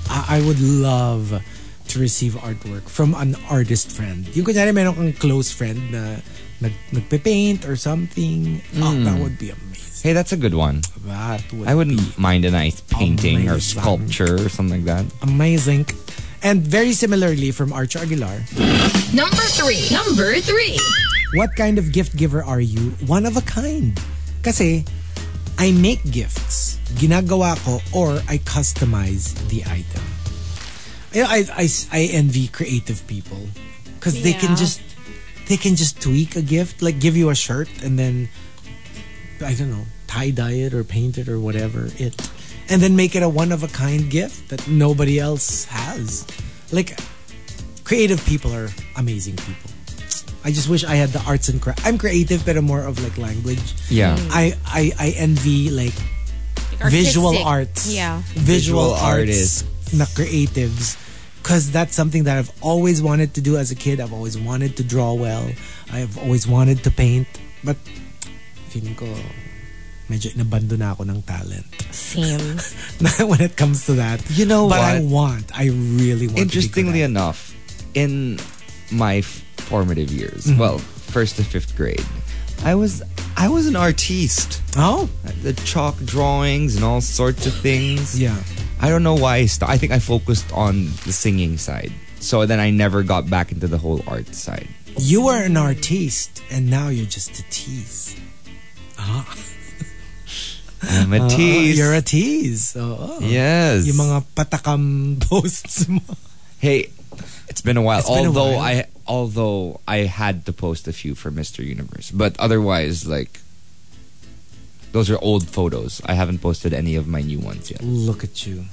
I, I would love to receive artwork from an artist friend. Yung kunyari meron kang close friend na nag, nagpe-paint or something. Oh, that would be amazing.
Hey, that's a good one.
That would
I wouldn't mind a nice
Oh,
painting or
Amazing.
sculpture or something like that.
amazing. And very similarly from Archer Aguilar,
Number three. Number three.
What kind of gift giver are you? One of a kind. Kasi, I make gifts. Ginagawa ko or I customize the item. I, I, I, I envy creative people. Because they can
Yeah.
just, they can just tweak a gift. Like give you a shirt and then, I don't know, tie-dye it or paint it or whatever it. And then make it a one-of-a-kind gift that nobody else has. Like, creative people are amazing people. I just wish I had the arts and craft. I'm creative, but more of like language.
Yeah.
I I, I envy like visual
Artistic.
arts.
Yeah.
Visual,
Visual
artists, na creatives. Because that's something that I've always wanted to do as a kid. I've always wanted to draw well. I've always wanted to paint. But feeling ko medyo inabando na ako ng talent
Same.
when it comes to that.
You know
but I
what?
want. I really want
Interestingly
to be good at it.
enough, in my f- formative years,
Mm-hmm.
well, first to fifth grade, I was I was an artiste.
Oh,
The chalk drawings and all sorts of things.
Yeah.
I don't know why I sto- I think I focused on the singing side. So then I never got back into the whole art side.
you were an artiste and now you're just a tease.
I'm a tease.
Uh-huh. Oh, You're a tease. Oh, Oo.
yes.
Yung mga patakam posts mo.
hey, it's been a while.
It's been a
although
while.
I although I had to post a few for Mr. Universe, but otherwise, like those are old photos. I haven't posted any of my new ones yet.
Look at you.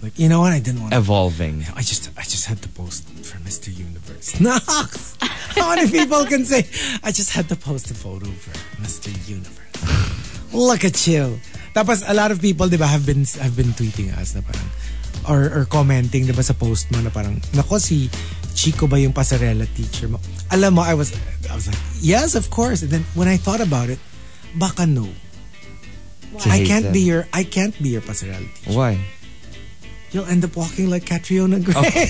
Like, you know what? I didn't want to.
Evolving.
I just I just had to post for Mr. Universe. Knox! How many people can say I just had to post a photo for Mr. Universe? Look at you. Tapos a lot of people, 'di ba, have been have been tweeting us na parang or or commenting 'di ba sa post mo na parang nako si Chico ba yung pasarela teacher mo? Alam mo, I was I was like, "Yes, of course." And then when I thought about it, baka no.
To
I
hate
can't
them.
be your I can't be your pasarela teacher.
Why?
You'll end up walking like Catriona Gray.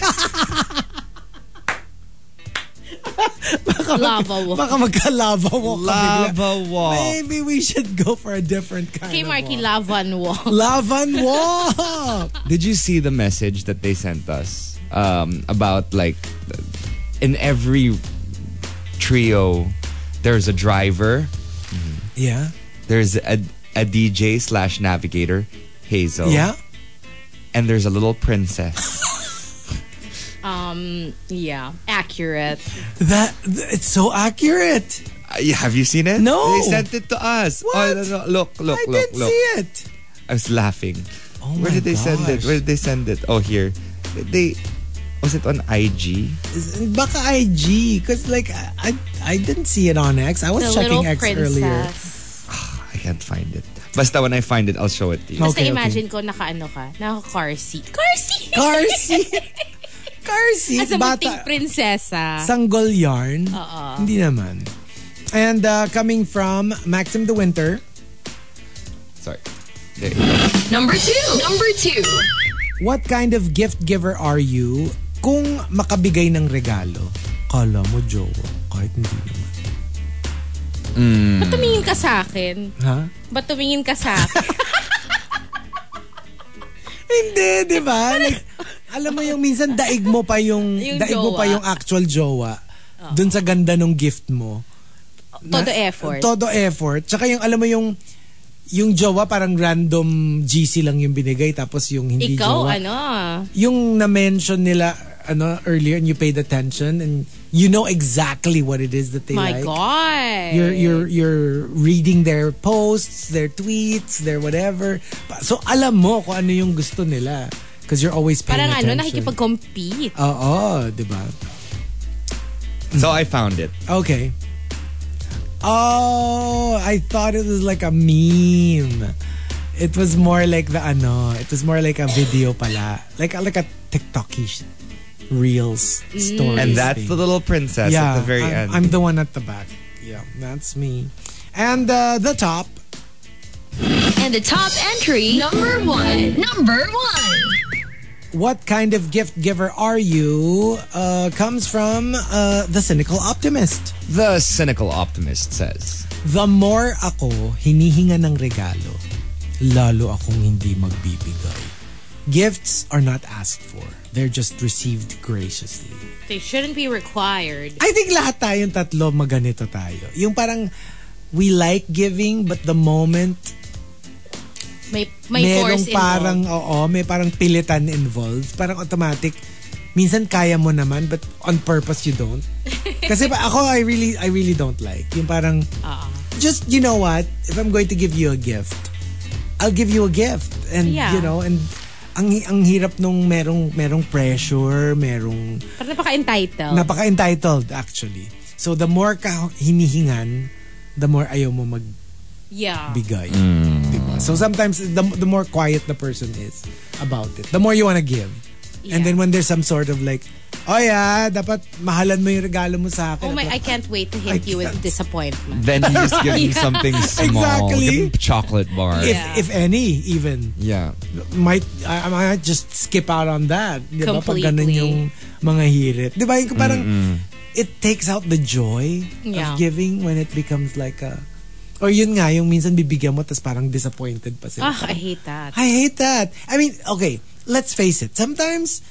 Lava walk.
Baka magka-lava walk ka bigla.
Lava wall.
Maybe we should go for a different kind
Okay,
of
Marky,
walk.
lavan walk.
Lavan walk!
Did you see the message that they sent us um, about like in every trio there's a driver,
yeah?
there's a, a DJ slash navigator, Hazel,
Yeah?
and there's a little princess.
Um, yeah, accurate.
That, th- it's so accurate.
Uh, yeah, have you seen it?
No.
They sent it to us.
What?
Oh, no, no, Look, look,
I
look,
did
look.
see it.
I was laughing.
Oh
Where
my
did they send it?
gosh.
Where did they send it? Oh, here. They was it on IG?
Baka IG. Because like, I, I, I didn't see it on X. I was
The
checking
little
X
princess.
earlier.
I can't find it. Basta when I find it, I'll show it to you.
Okay,
Basta
okay.
imagine ko naka-ano ka, naka-car seat. Car seat!
Car seat. Car seat.
As a
Bata.
munting Uh-uh. prinsesa.
Sanggol yarn? Hindi naman. And uh, coming from Maxim the Winter,
Sorry. There you go.
Number two. Number two.
What kind of gift giver are you kung makabigay ng regalo? Kala mo, jowa. Kahit hindi naman.
Ba't tumingin ka sa akin?
Hmm. Ha?
Ba't tumingin ka sa akin?
Hindi, di ba? Like, alam mo yung minsan daig mo pa yung,
Yung
daig mo pa
jowa.
yung actual jowa dun sa ganda ng gift mo. Na-
Todo effort.
Todo effort. Tsaka yung alam mo yung yung jowa parang random GC lang yung binigay tapos yung hindi
Ikaw,
jowa.
ano?
yung na-mention nila ano earlier and you paid attention and you know exactly what it is that they
My
like.
God.
You're you're you're reading their posts, their tweets, their whatever. Pa- So alam mo kung ano yung gusto nila because you're always paying
Parang ano,
attention.
nakikipag-compete.
Oo, 'di ba?
So I found it.
Okay. Oh, I thought it was like a meme. It was more like the ano, it was more like a video pala. Like a- like a TikTokish reels
Mm.
story.
And that's the little princess
yeah,
at the very
I'm,
end.
I'm the one at the back. Yeah, that's me. And uh, the top,
And the top entry. Number one. Number one.
what kind of gift giver are you? Uh, comes from uh, the cynical optimist.
the cynical optimist says.
The more ako hinihinga ng regalo, lalo akong hindi magbibigay. Gifts are not asked for. They're just received graciously.
They shouldn't be required.
I think lahat tayong tatlo maganito tayo. Yung parang we like giving but the moment
May, may
merong
force
parang
involved.
oo, may parang pilitan involved. Parang automatic. Minsan kaya mo naman but on purpose you don't. Kasi pa, ako I really I really don't like yung parang just you know what, if I'm going to give you a gift, I'll give you a gift and
Yeah.
you know and ang ang hirap nung merong merong pressure, merong
Parang napaka-entitled.
napaka-entitled actually. So the more ka hinihingan, the more ayaw mo mag
yeah.
bigay. Diba? So sometimes the, the more quiet the person is about it, the more you wanna give. And
Yeah.
then when there's some sort of like, oh yeah, dapat mahalan mo yung regalo mo sa akin.
Oh my, I can't wait to hit
I
you with
can't.
disappointment.
Then you just give him something small.
Exactly.
Give him chocolate bar.
if,
Yeah.
if any, even.
yeah.
Might, I, I might just skip out on that. Diba? Pag ganun
Completely.
yung mga hirit. Diba? Yung parang, it takes out the joy
Yeah.
of giving when it becomes like a, or yun nga, yung minsan bibigyan mo tas parang disappointed pa sila.
Ah, I hate that.
I hate that. I mean, okay, let's face it. Sometimes,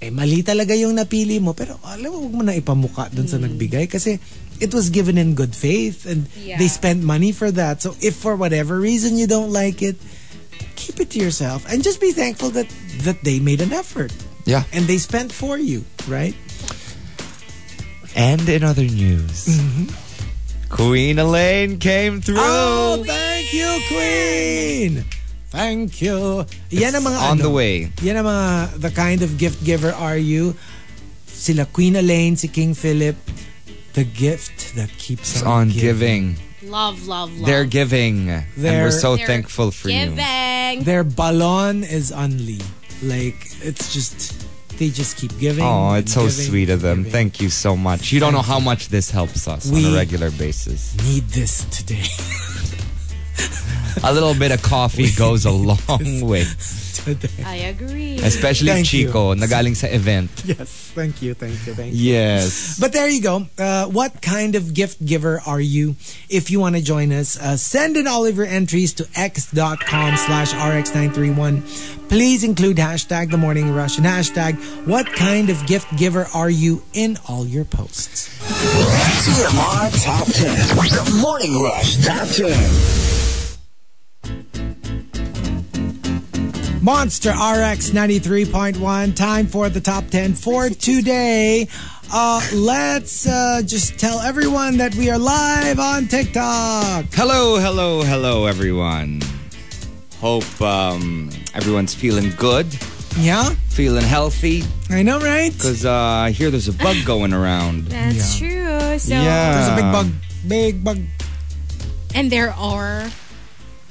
eh, mali talaga yung napili mo. Pero alam mo, huwag mo na ipamuka dun sa nagbigay. Kasi it was given in good faith and
Yeah.
they spent money for that. So if for whatever reason you don't like it, keep it to yourself and just be thankful that, that they made an effort
Yeah.
and they spent for you, right?
And in other news,
Mm-hmm.
Queen Elaine came through.
Oh, thank you, Queen! Thank you. Yan ang mga
on
ano,
the way.
Yan ang mga the kind of gift giver are you. Sila Queen Elaine, si King Philip. The gift that keeps
It's
on,
on giving.
Love, love, love.
They're giving. and
They're-
we're so
They're
thankful for you.
Giving.
Their balon is unli. Like, it's just, they just keep giving.
Oh, it's
and
so
giving,
sweet of them.
giving.
Thank you so much. You don't know how much this helps us on
We-
a regular basis.
Need this today.
A little bit of coffee goes a long way.
today.
I agree.
Especially
Thank you.
Chico, nagaling sa event.
Yes. Thank you, thank you, thank you.
Yes.
But there you go. Uh, what kind of gift giver are you? If you want to join us, uh, send in all of your entries to x.com slash rx931. Please include hashtag the morning rush and hashtag what kind of gift giver are you in all your posts.
TMR Top 10. The Morning Rush Top 10.
Monster RX 93.1, time for the top 10 for today. Uh, let's uh, just tell everyone that we are live on TikTok.
Hello, hello, hello, everyone. Hope um, everyone's feeling good,
Yeah?
feeling healthy,
I know, right?
because uh, I hear there's a bug going around.
That's true. So,
There's a big bug. Big bug.
and there are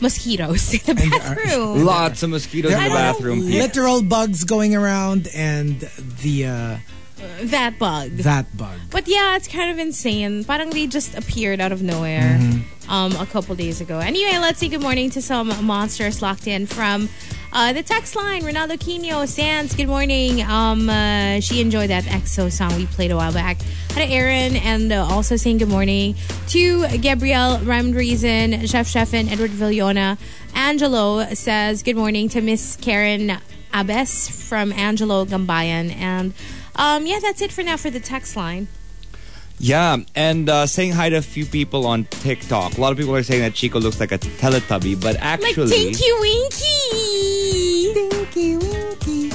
mosquitoes in the bathroom.
Lots of mosquitoes in the
are
bathroom. people.
literal bugs going around and the uh,
that bug.
that bug.
But yeah, it's kind of insane. Parang they just appeared out of nowhere um, a couple days ago. Anyway, let's say good morning to some monsters locked in from uh, the text line. Ronaldo Quino, Sands, good morning. Um, uh, she enjoyed that EXO song we played a while back. Hi to Aaron, and uh, also saying good morning to Gabrielle, Raymond Reason, Chef Sheffin, Edward Villona. Angelo says good morning to Miss Karen Abes from Angelo Gambayan. And um, yeah, that's it for now for the text line.
Yeah, and uh, saying hi to a few people on TikTok. A lot of people are saying that Chico looks like a Teletubby, but
Like
actually,
Tinky Winky.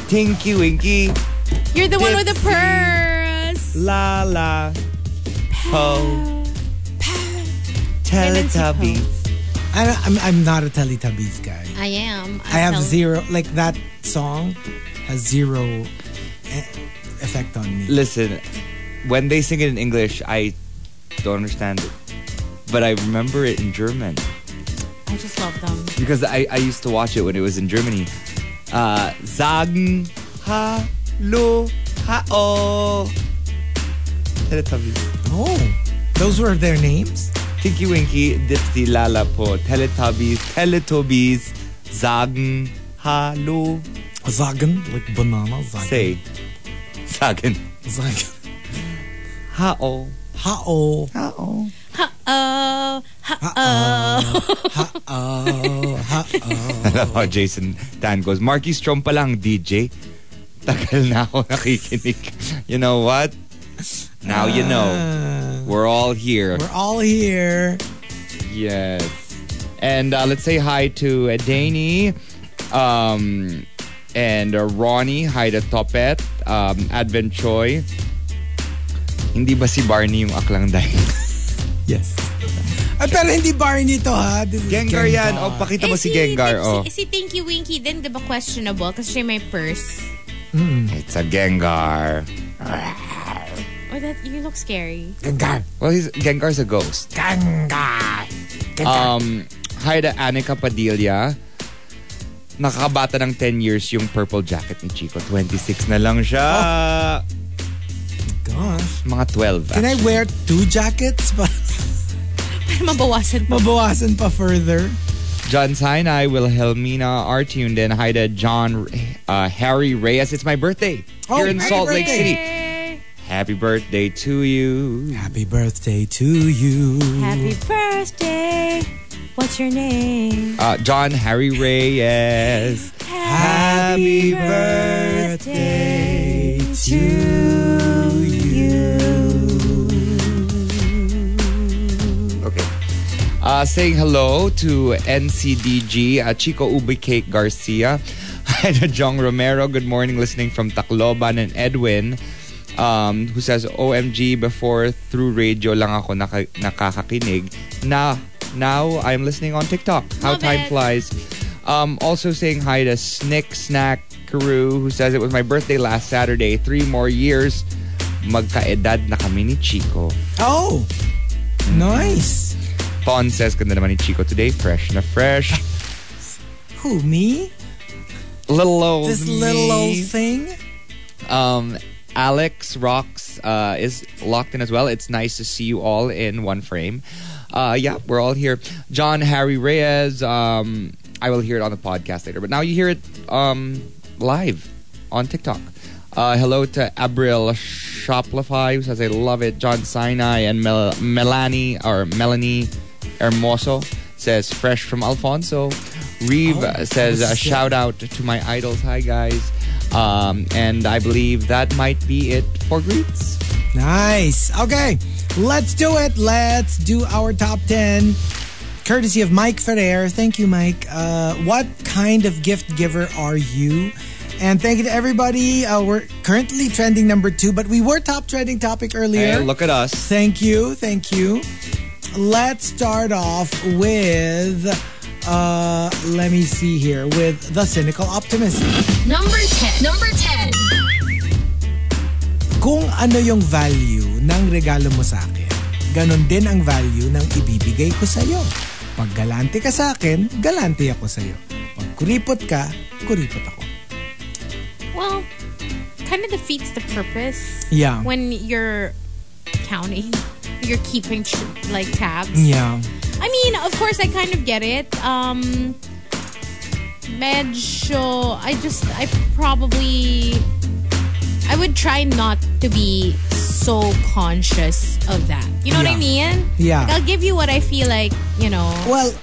Tinky Winky,
You're the one with the purse.
la la, po, Teletubby.
I, I'm, I'm not a Teletubbies guy.
I am.
I have zero, like that song has zero e- effect on me.
Listen, when they sing it in English, I don't understand it, but I remember it in German.
I just love them.
because I, I used to watch it when it was in Germany. Uh, sagen hallo hao. Teletubbies.
Oh, those were their names?
Tinky Winky, Dipsy Lala po. Teletubbies, Teletubbies, sagen hallo.
Zagen, like banana. Zagen.
Say, sagen
Zagen.
hao.
Ha-oh.
Hao.
Oh,
Ha-oh. Ha-oh.
I love how Jason Dan goes, Marky Strom pa lang, DJ. Tagal na ako nakikinig. You know what? Now you know. We're all here.
Ah. uh, We're all here.
Yes. And uh, let's say hi to uh, Danny um, and uh, Ronnie. Hi to Topet, um, Advent Choi. Hindi ba si Barney yung aklang dahil?
Yes. Ah, pero hindi Barney to ha. This is
Gengar yan. O, pakita mo si Gengar.
Eh, Si,
Oh.
si Tinky Winky din, di ba questionable? Kasi siya may purse.
Oh, It's a Gengar.
Oh, that, you look scary.
Gengar.
Well, he's, Gengar's a ghost.
Gengar. Gengar.
Um, hi to Anika Padilla. Nakakabata ng 10 years yung purple jacket ni Chico. 26 na lang siya.
Gosh.
Mga 12.
Oh. Can I wear two jackets? But
Para mabawasan pa.
mabawasan pa further.
John Sinai, Wilhelmina are tuned in. Hi to John uh, Harry Reyes. It's my birthday
Oh,
here in
happy
Salt Lake
birthday.
City. Happy birthday to you.
Happy birthday to you.
Happy birthday. What's your name?
Uh, John Harry Reyes. Happy
birthday to you.
Okay. Uh, saying hello to NCDG, uh, Chico Ubi Cake Garcia. Hi to Jong Romero. Good morning, listening from Tacloban and Edwin. um, who says, OMG, before through radio lang ako naka- nakakakinig. Na, now I'm listening on TikTok. How
Love
time
it.
flies. Um, also saying hi to Snick Snack Crew who says, It was my birthday last Saturday. Three more years. Magkaedad na kami ni Chico.
Oh! Nice!
Pon says, Ganda naman ni Chico today. Fresh na fresh.
Who, me?
Little old
This little
me.
old thing?
Um, Alex Rocks uh, is locked in as well. It's nice to see you all in one frame. Uh, yeah, we're all here. John Harry Reyes. Um, I will hear it on the podcast later, but now you hear it um, live on TikTok. Uh, hello to Abril Shoplify, who says I love it. John Sinai and Mel- Melanie or Melanie Hermoso says fresh from Alfonso. Reeve
Oh,
says
yes,
uh,
yeah.
shout out to my idols. Hi guys. Um, and I believe that might be it for greets.
Nice. Okay, let's do it. Let's do our top 10. Courtesy of Mike Ferrer. Thank you, Mike. Uh, what kind of gift giver are you? And thank you to everybody. Uh, we're currently trending number two, but we were top trending topic earlier.
Hey, look at us.
Thank you. Thank you. Let's start off with, uh, let me see here, with The Cynical Optimist.
Number 10. Number 10.
kung ano yung value ng regalo mo sa akin, ganon din ang value ng ibibigay ko sa'yo. Pag galante ka sa akin, galante ako sa'yo. Pag kuripot ka, kuripot ako.
Well, kind of defeats the purpose
Yeah.
when you're counting, you're keeping tr- like tabs.
Yeah.
I mean, of course, I kind of get it. Um, medyo, I just, I probably, I would try not to be so conscious of that. You know what I mean?
Yeah.
Like, I'll give you what I feel like, you know.
Well,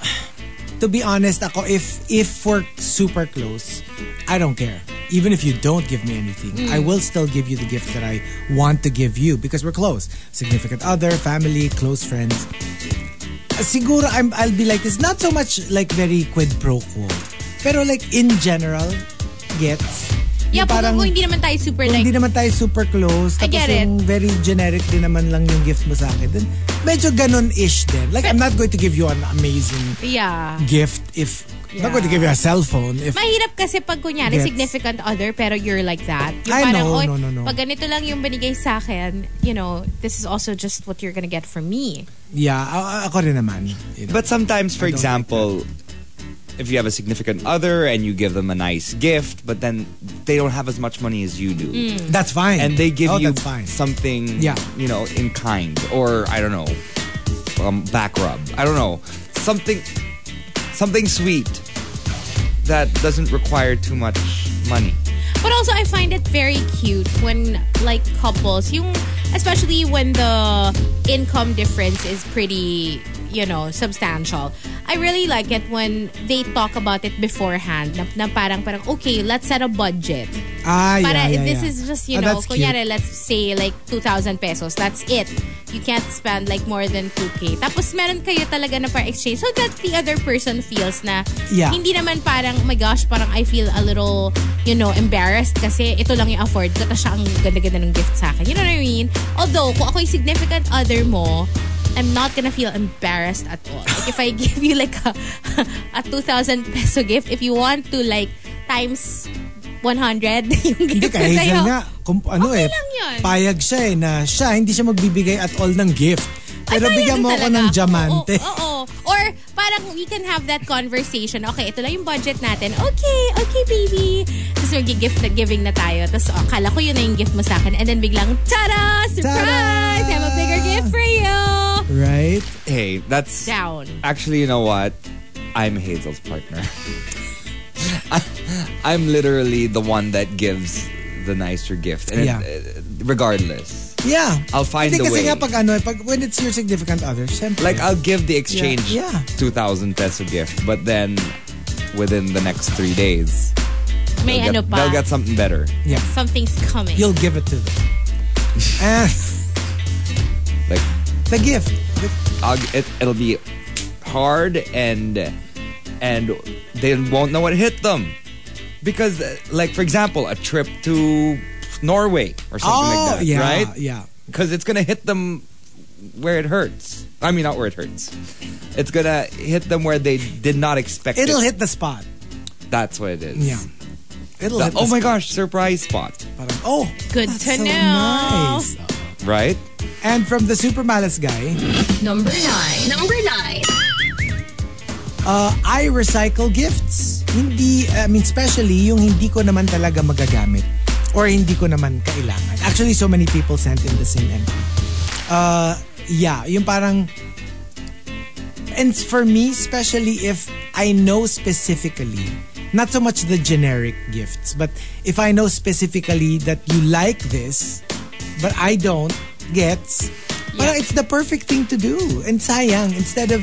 to be honest ako, if if we're super close, I don't care. Even if you don't give me anything, I
Hmm.
will still give you the gift that I want to give you because we're close. Significant other, family, close friends. Siguro I'm, I'll be like this. Not so much like very quid pro quo. Pero like in general, gets.
yeah,
Yung
parang, kung hindi naman tayo super
kung
like,
hindi naman tayo super close,
I
tapos
get it.
yung very generic din naman lang yung gift mo sa akin, then medyo ganun-ish din. Like, I'm not going to give you an amazing
yeah.
gift if I'm not
Yeah.
going to give you a cell phone if
Mahirap kasi pag kunyari
Gets.
significant other pero you're like that.
I
parang,
know,
"Oy,
no, no, no.
Pag ganito lang yung binigay sa akin, you know, this is also just what you're gonna get from me.
yeah a- a- ako rin naman you know.
But sometimes, for
I don't
example, if you have a significant other and you give them a nice gift, but then they don't have as much money as you do.
that's fine
And they
Hmm.
give
oh,
you
that's fine
something,
Yeah.
you know, in kind. Or, I don't know, um, back rub. I don't know. Something, something sweet that doesn't require too much money.
But also, I find it very cute when, like, couples, yung, especially when the income difference is pretty, you know, substantial. I really like it when they talk about it beforehand. Na, na parang, parang, okay, let's set a budget.
ah yeah,
Para,
yeah,
this
yeah.
is just, you
Ah,
know,
that's cute.
kunyari, let's say, like, 2,000 pesos. That's it. You can't spend, like, more than 2K. Tapos, meron kayo talaga na parang exchange so that the other person feels na
Yeah.
hindi naman parang, oh my gosh, parang I feel a little, you know, embarrassed kasi ito lang yung afford ko, tapos siya ang ganda-ganda ng gift sa akin. You know what I mean? Although, kung ako yung significant other mo, I'm not gonna feel embarrassed at all. Like, if I give you, like, a, a 2,000 peso gift, if you want to, like, times 100 yung
hindi
gift
ka
ko sa'yo.
Hazel nga kung ano eh
Okay lang yun.
payag siya eh na siya hindi siya magbibigay at all ng gift
Ay,
pero
bayad
bigyan mo ako
Ano talaga.
ng diamante
Oo, oo, oo. Or parang we can have that conversation. Okay, ito lang yung budget natin. Okay, okay baby. Tapos mag-gift na giving na tayo. Tapos oh, akala ko yun na yung gift mo sa akin. And then biglang, tada! Surprise! I have a bigger gift for you!
right
Hey, that's.
Down.
Actually, you know what? I'm Hazel's partner. I- I'm literally the one that gives the nicer gift. And it-
Yeah.
uh, regardless.
yeah
I'll find
hindi
a
kasi
way.
nga pag ano eh, pag when it's your significant other syempre
Like, I'll give the exchange
Yeah. Yeah.
2,000 peso gift, but then within the next three days,
May
they'll,
ano
get,
pa.
they'll get something better.
yeah
Something's coming.
you'll give it to them and
Like,
the gift
I'll, it, it'll be hard and and they won't know what hit them because uh, like for example a trip to Norway or something
oh,
like that,
yeah,
right?
yeah.
because it's gonna hit them where it hurts. I mean, not where it hurts. It's gonna hit them where they did not expect.
It'll
it.
hit the spot.
That's what it is.
Yeah. It'll
The-
hit the
oh my
spot.
gosh, surprise spot,
Parang, oh,
Good
that's
to
so
know.
nice.
right?
And from the Super Malice guy,
Number nine. Number nine.
uh, I recycle gifts. Hindi, I mean, especially yung hindi ko naman talaga magagamit or hindi ko naman kailangan. Actually, so many people sent in the same and uh, yeah, yung parang and for me, especially if I know specifically, not so much the generic gifts, but if I know specifically that you like this, but I don't, gets, parang it's the perfect thing to do. And sayang, instead of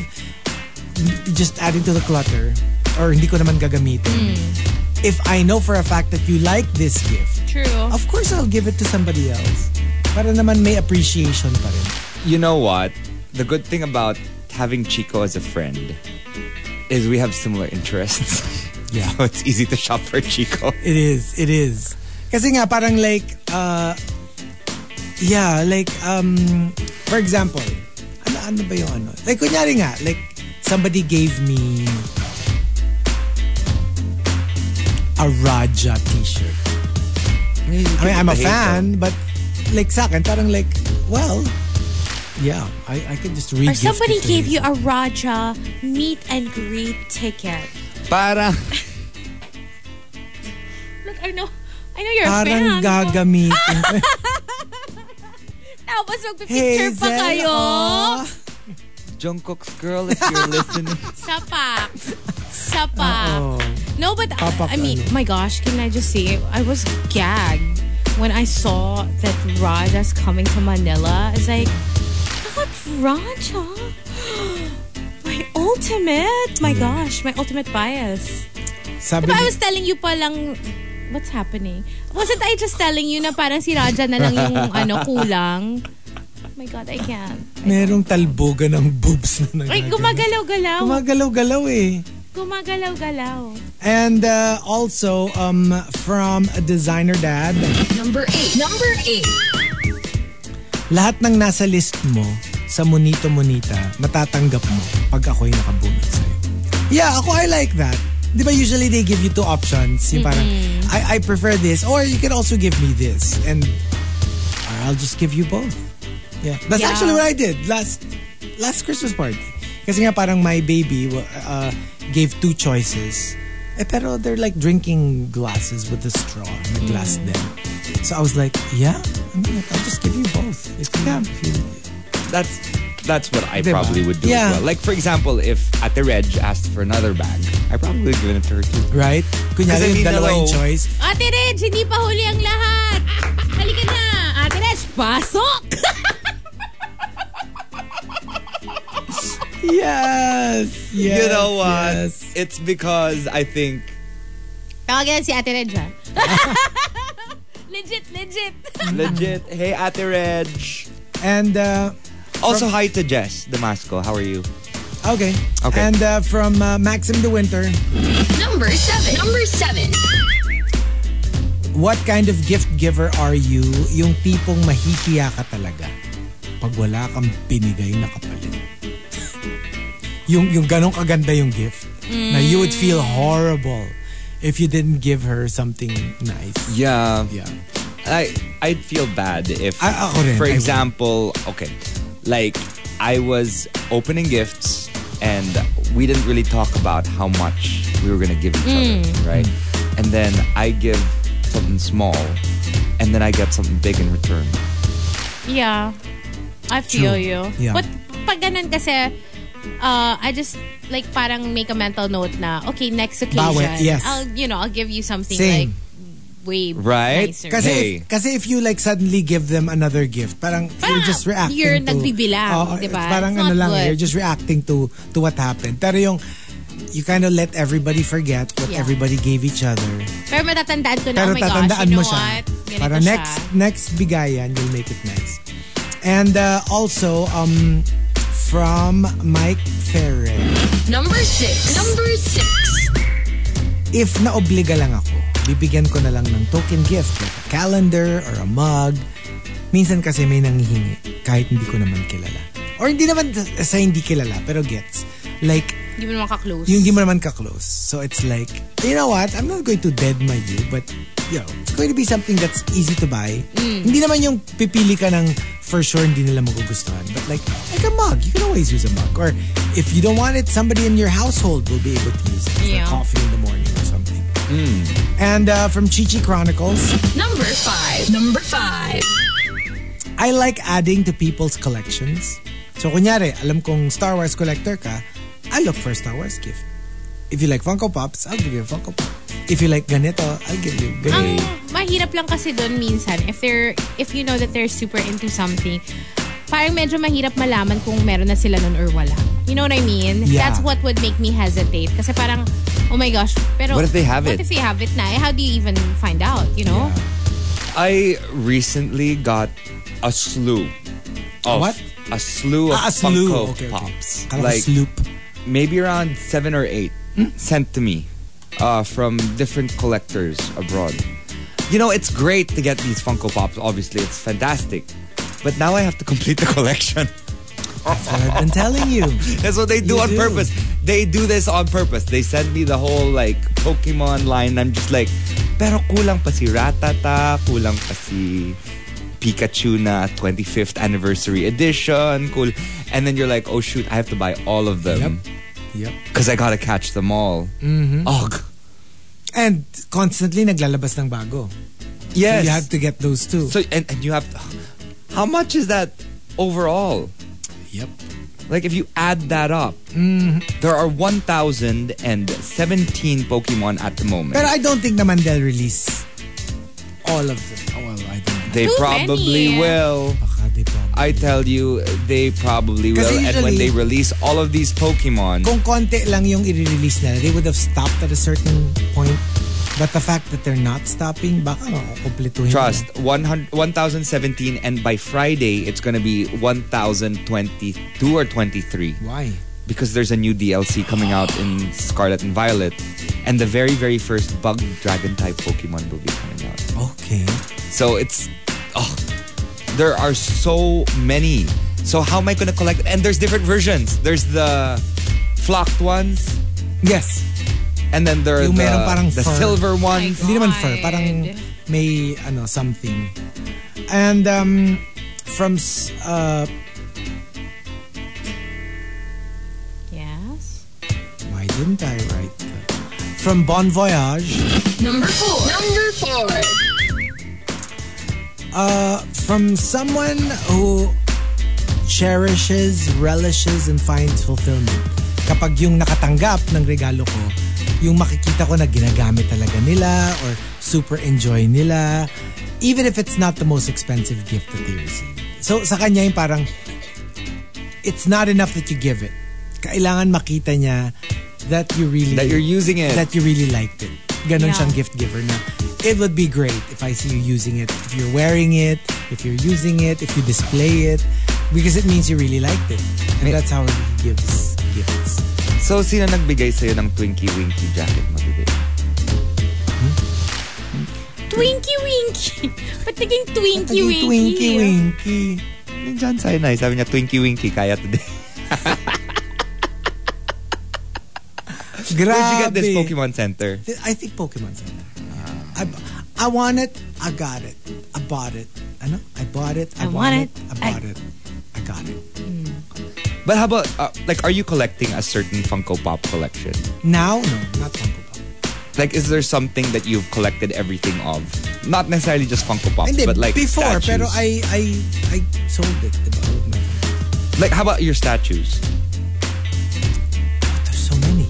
just adding to the clutter or hindi ko naman gagamitin, if I know for a fact that you like this gift,
True.
of course I'll give it to somebody else. Para naman may appreciation pa rin.
You know what? The good thing about having Chico as a friend is we have similar interests.
Yeah.
so it's easy to shop for Chico.
It is. It is. Kasi nga parang like uh yeah, like um for example, ano ano ba yung ano? Like kunyari nga, like somebody gave me a Raja t-shirt. I mean, I'm a fan, but like sa akin, parang like, well, yeah, I, I can just read
Or somebody gave you a Raja meet and greet ticket.
Para
Look, I know, I know you're
Parang
a Ah! fan.
gagamitin. ko.
Tapos magpipicture
Hazel, oh.
pa kayo
aw.
Jungkook's girl, if you're listening,
sa pack. Sa pack.
Oh.
No, but uh,
Papak,
I mean,
ano.
my gosh, can I just say, I was gagged when I saw that Raja's coming to Manila. It's like, not Raja. My ultimate. My gosh, my ultimate bias.
Sabi
But I
ni-
was telling you pa lang, what's happening? Wasn't I just telling you na parang si Raja na lang yung ano, kulang? Oh my God, I can't.
Merong talboga ng boobs na
Ay,
nagagalaw.
gumagalaw-galaw.
Gumagalaw-galaw eh.
Gumagalaw-galaw.
And uh, also um, from Designer Dad,
Number eight. Number eight.
lahat ng nasa list mo sa Monito Monita, matatanggap mo pag ako'y nakabunot sa'yo. Yeah, ako I like that. Di ba usually they give you two options. Yung parang, I, I prefer this or you can also give me this. And uh, I'll just give you both. Yeah. That's
Yeah.
actually what I did last last Christmas party. Kasi nga parang my baby wa- uh, gave two choices. Eh, pero they're like drinking glasses with a straw and a glass them. So I was like, yeah, I mean, I'll just give you both. If you, yeah. if you-
that's that's what I
Diba?
probably would do
Yeah.
as well. Like for example, if at the Reg asked for another bag, I probably would give it to her too.
right? Kunyari yung
Kasi hindi
dalawa yung
dalaw-
choice.
Ate Reg, hindi pa huli ang lahat. Halika na. Ate Reg, pasok!
Yes! yes
you know what?
yes.
It's because I think
Tawagin na si Ate Reg, ha? legit, legit.
Mm-hmm.
legit. Hey, Ate Reg.
And, uh,
Also, hi to Jess Damasco. How are you?
okay.
Okay.
And uh, from uh, Maxim the Winter,
Number seven. Number seven.
What kind of gift giver are you? Yung tipong mahihiya ka talaga pag wala kang binigay na kapalit. yung yung ganong kaganda yung gift. Na you would feel horrible if you didn't give her something nice.
Yeah.
Yeah.
I I'd feel bad if,
A- ako rin, Ah,
for
I would.
example, okay, like I was opening gifts and we didn't really talk about how much we were gonna give each other, right? And then I give something small, and then I get something big in return.
Yeah. I feel
True.
you.
Yeah.
But pag ganun kasi, uh, I just like parang make a mental note na, okay, next occasion,
Bawal, yes.
I'll, you know, I'll give you something like
Same.
way
Right?
nicer.
Kasi,
Hey.
if, kasi if you like suddenly give them another gift, parang,
Parang
you're just reacting
you're
to...
nagbibilang,
Oo,
di
it's
ba?
Parang
It's
ano
not
lang,
good.
you're just reacting to to what happened. Pero yung, you kind of let everybody forget what
Yeah.
everybody gave each other.
Pero matatandaan ko na,
Pero
oh my gosh,
tatandaan
you know
mo siya.
what? Ganito
Para
siya.
next next bigayan, you'll make it nice. And uh, also, um, from Mike Ferrer,
Number six. Number six.
if naobliga lang ako, bibigyan ko na lang ng token gift like a calendar or a mug. Minsan kasi may nangihingi kahit hindi ko naman kilala. Or hindi naman sa hindi kilala pero gets. Like,
Hindi mo naman kaklose.
yung hindi mo naman ka-close. So it's like, you know what? I'm not going to dead my you, but you know, it's going to be something that's easy to buy. Hindi naman yung pipili ka ng for sure hindi nila magugustuhan. But like, like a mug. You can always use a mug. Or if you don't want it, somebody in your household will be able to use it for
Yeah.
coffee in the morning or something. And uh, from Chichi Chronicles,
Number five. Number five.
I like adding to people's collections. So kunyari, alam kong Star Wars collector ka, I look for a Star Wars gift. If you like Funko Pops, I'll give you a Funko Pop. If you like ganito, I'll give you
Ang
ganito.
mahirap lang kasi doon minsan, if they're, if you know that they're super into something, parang medyo mahirap malaman kung meron na sila nun or wala. You know what I mean?
Yeah.
That's what would make me hesitate. Kasi parang, oh my gosh, pero...
What if they have
what
it?
if they have it na? Eh, How do you even find out, you know?
I recently got a slew of
What?
a slew of
Ah, a slew.
Funko
Okay, okay.
Pops.
Kala ko sloop.
maybe around seven or eight sent to me uh, from different collectors abroad. You know, it's great to get these Funko Pops. Obviously, it's fantastic. But now I have to complete the collection.
I've been telling you.
That's what they do
You
on
do.
purpose. They do this on purpose. They send me the whole like Pokemon line. I'm just like, pero kulang pa si Ratata, kulang pa si Pikachu na 25th anniversary edition. Cool. And then you're like, oh shoot, I have to buy all of them
Yep.
because I gotta catch them all. Mm-hmm. Ugh.
And constantly naglalabas ng bago.
Yes.
So you have to get those too.
So and, and you have. How much is that overall?
yep.
Like if you add that up,
Mm-hmm.
there are 1,017 Pokemon at the moment.
Pero I don't think naman they'll release all of them. Oh, well, I don't know.
They
Too
probably
many.
will.
Baka they probably-
I tell you, they probably will.
Kasi
and when
usually-
they release all of these Pokemon,
kung konti lang yung i-release nila, they would have stopped at a certain point. But the fact that they're not stopping, baka makukumpletuhin
trust
nila.
100 1,017, and by Friday it's gonna be 1,022 or 23
Why?
because there's a new DLC coming out in Scarlet and Violet, and the very very first Bug Dragon type Pokemon will be coming out.
Okay.
So it's oh, there are so many. So how am I gonna collect? And there's different versions. There's the flocked ones.
Yes.
And then there are
Yung
the,
merong parang
the
fur.
silver ones.
God.
Hindi naman fur. Parang may ano, something. And um, from s- uh,
Yes.
why didn't I write that? From Bon Voyage,
Number four. Number four.
uh, from someone who cherishes, relishes, and finds fulfillment. Kapag yung nakatanggap ng regalo ko, yung makikita ko na ginagamit talaga nila or super enjoy nila, even if it's not the most expensive gift that they receive. So sa kanya yung parang, it's not enough that you give it. Kailangan makita niya that you really
That you're using it.
that you really liked it. Ganon
Yeah.
siyang gift giver na. It would be great if I see you using it, if you're wearing it, if you're using it, if you display it, because it means you really liked it. And
May-
that's how he gives gifts.
So sino nagbigay sa'yo ng Twinkie Winkie jacket mo today?
Twinkie Winky. Ba't naging Twinkie
Naging
Winky?
Twinky Winky.
Yung John Sinai, sabi niya Twinkie Winkie kaya today.
Grabe.
Where'd you get this Pokemon Center?
I think Pokemon Center. I, bu- I want it. I got it. I bought it. I know. I bought it. I,
I want it,
I
I-
bought it. I got it.
But how about, uh, like, are you collecting a certain Funko Pop collection?
Now, no, not Funko Pop.
Like, is there something that you've collected everything of? Not necessarily just Funko Pops,
Hindi,
but like
before,
statues.
pero I, I, I sold it, diba? With my,
Like, how about your statues?
there's so many.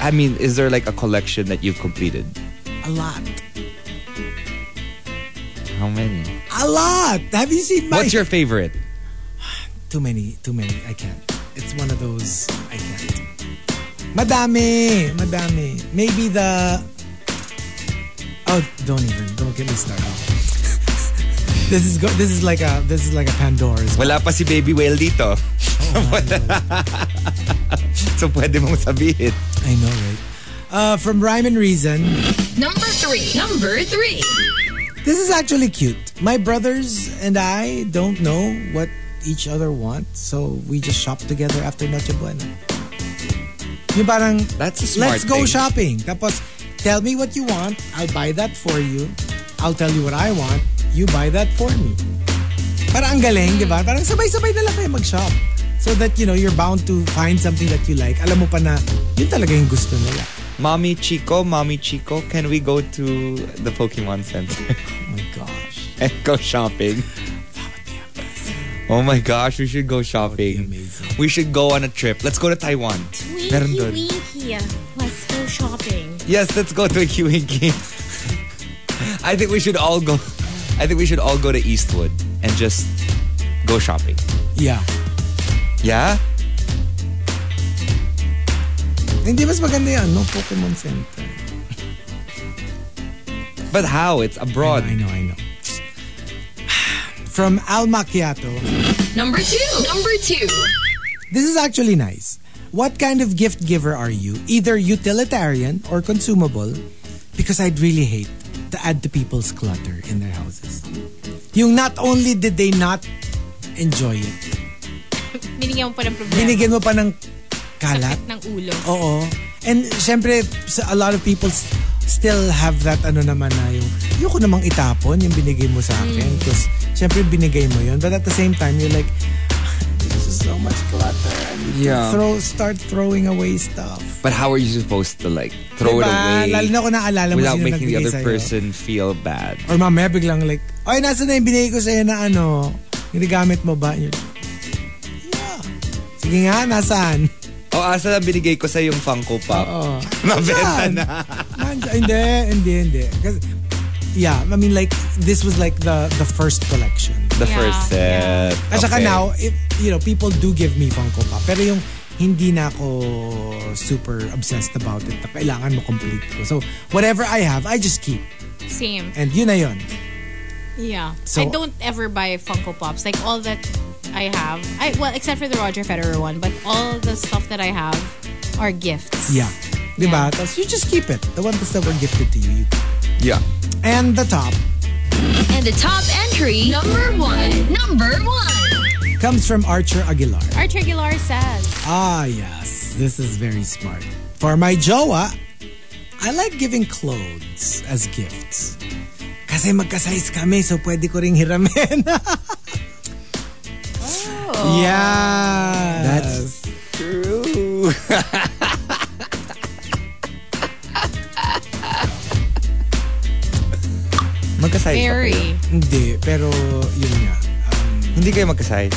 I mean, is there like a collection that you've completed?
A lot.
How many?
A lot! Have you seen my...
What's your favorite?
Too many, too many. I can't. It's one of those, I can't. Madami! Madami. Maybe the... Oh, don't even. Don't get me started. this is go, this is like a this is like a Pandora's.
Wala pa si Baby Whale dito.
Oh, I know.
So pwede mong sabihin.
I know, right? Uh, from Rhyme and Reason.
Number three. Number three.
This is actually cute. My brothers and I don't know what each other want, so we just shop together after Noche Buena. Yung parang,
That's a smart
let's go
thing.
shopping. Tapos, tell me what you want, I'll buy that for you. I'll tell you what I want, you buy that for me. Parang ang galing, di ba? Parang sabay-sabay na lang kayo mag-shop. So that, you know, you're bound to find something that you like. Alam mo pa na, yun talaga yung gusto nila.
Mommy Chico, Mommy Chico, can we go to the Pokemon Center
Oh my gosh.
and go shopping? Oh my gosh, we should go shopping.
amazing.
We should go on a trip. Let's go to Taiwan. Meron
Winky,
doon.
winky. Let's go shopping.
Yes, let's go to a Winky. I think we should all go. I think we should all go to Eastwood and just go shopping.
Yeah.
Yeah?
Hindi mas maganda yan, no? Pokemon Center.
But how? It's abroad.
I know, I know. From Al Macchiato.
Number two. Number two.
This is actually nice. What kind of gift giver are you? Either utilitarian or consumable? Because I'd really hate to add to people's clutter in their houses. Yung not only did they not enjoy it,
Binigyan mo pa ng problema.
binigyan mo pa ng kalat.
ng ulo.
Oh.
Oo. And syempre, s- a lot of people s- still have that ano naman na yung, ayoko namang itapon yung binigay mo sa akin. Because syempre binigay mo yun. But at the same time, you're like, this is so much clutter. I need to
Yeah.
Throw, start throwing away stuff.
But how are you supposed to like throw
Diba?
it away
Lalo na kung naalala mo
without
sino
making the
nagbigay
other
sa'yo?
person feel bad?
Or mamaya biglang like, ay, nasa na yung binigay ko sa'yo na ano, ginagamit mo ba? And you're like, yeah. Sige nga, nasaan?
O Oh, asa na binigay ko sa yung Funko Pop?
Oo.
Nabenta
Saan?
na.
Nandyan- hindi, hindi, hindi. Kasi, yeah, I mean like, this was like the the first collection.
The
Yeah,
first set.
At saka
Okay.
now, if, you know, people do give me Funko Pop. Pero yung hindi na ako super obsessed about it na kailangan mo complete ko. So, whatever I have, I just keep.
Same.
And yun na yun.
Yeah.
So-
I don't ever buy Funko Pops. Like all that I have, I well except for the Roger Federer one, but all the stuff that I have are gifts.
Yeah. Diba?
Yeah.
Tapos you just keep it. The ones that were gifted to you, you keep.
Yeah.
And the top
And the top entry. Number one. Number one.
comes from Archer Aguilar.
Archer Aguilar says,
Ah, yes. This is very smart. For my jowa, I like giving clothes as gifts. Kasi magka-size kami, so pwede ko ring hiramin. Yeah. That's
True. magkasize ba
very.
kayo?
hindi, pero yun nga. Um,
Hindi kayo magkasize.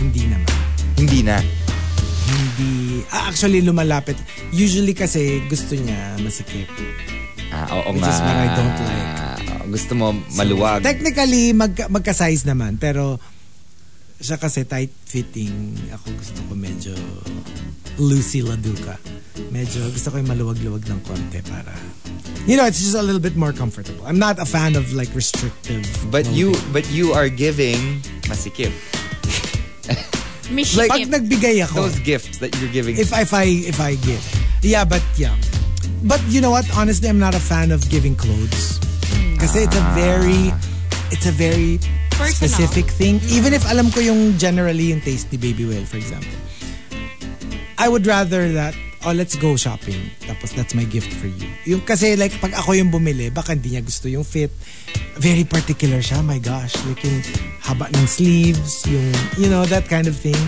hindi naman.
Hindi na.
Hindi. Ah, actually, lumalapit. Usually kasi gusto niya masikip.
Ah, oo
Which
nga.
is what I don't like.
Gusto mo maluwag.
Technically, magka, magka-size naman. Pero siya kasi tight-fitting. Ako gusto ko medyo Lucy Laduca. Medyo gusto ko yung maluwag-luwag ng konti para... You know, it's just a little bit more comfortable. I'm not a fan of like restrictive...
but
clothing.
you but you are giving masikip.
Michigan.
Pag nagbigay ako,
Those gifts that you're giving.
if, if I if I give. Yeah, but yeah. But you know what? Honestly, I'm not a fan of giving clothes. Kasi it's a very it's a very
Personal.
specific thing. Even if alam ko yung generally yung taste ni Baby Whale, for example. I would rather that oh, let's go shopping. Tapos that's my gift for you. Yung kasi like pag ako yung bumili, baka hindi niya gusto yung fit. Very particular siya, my gosh. Like yung haba ng sleeves, yung you know, that kind of thing.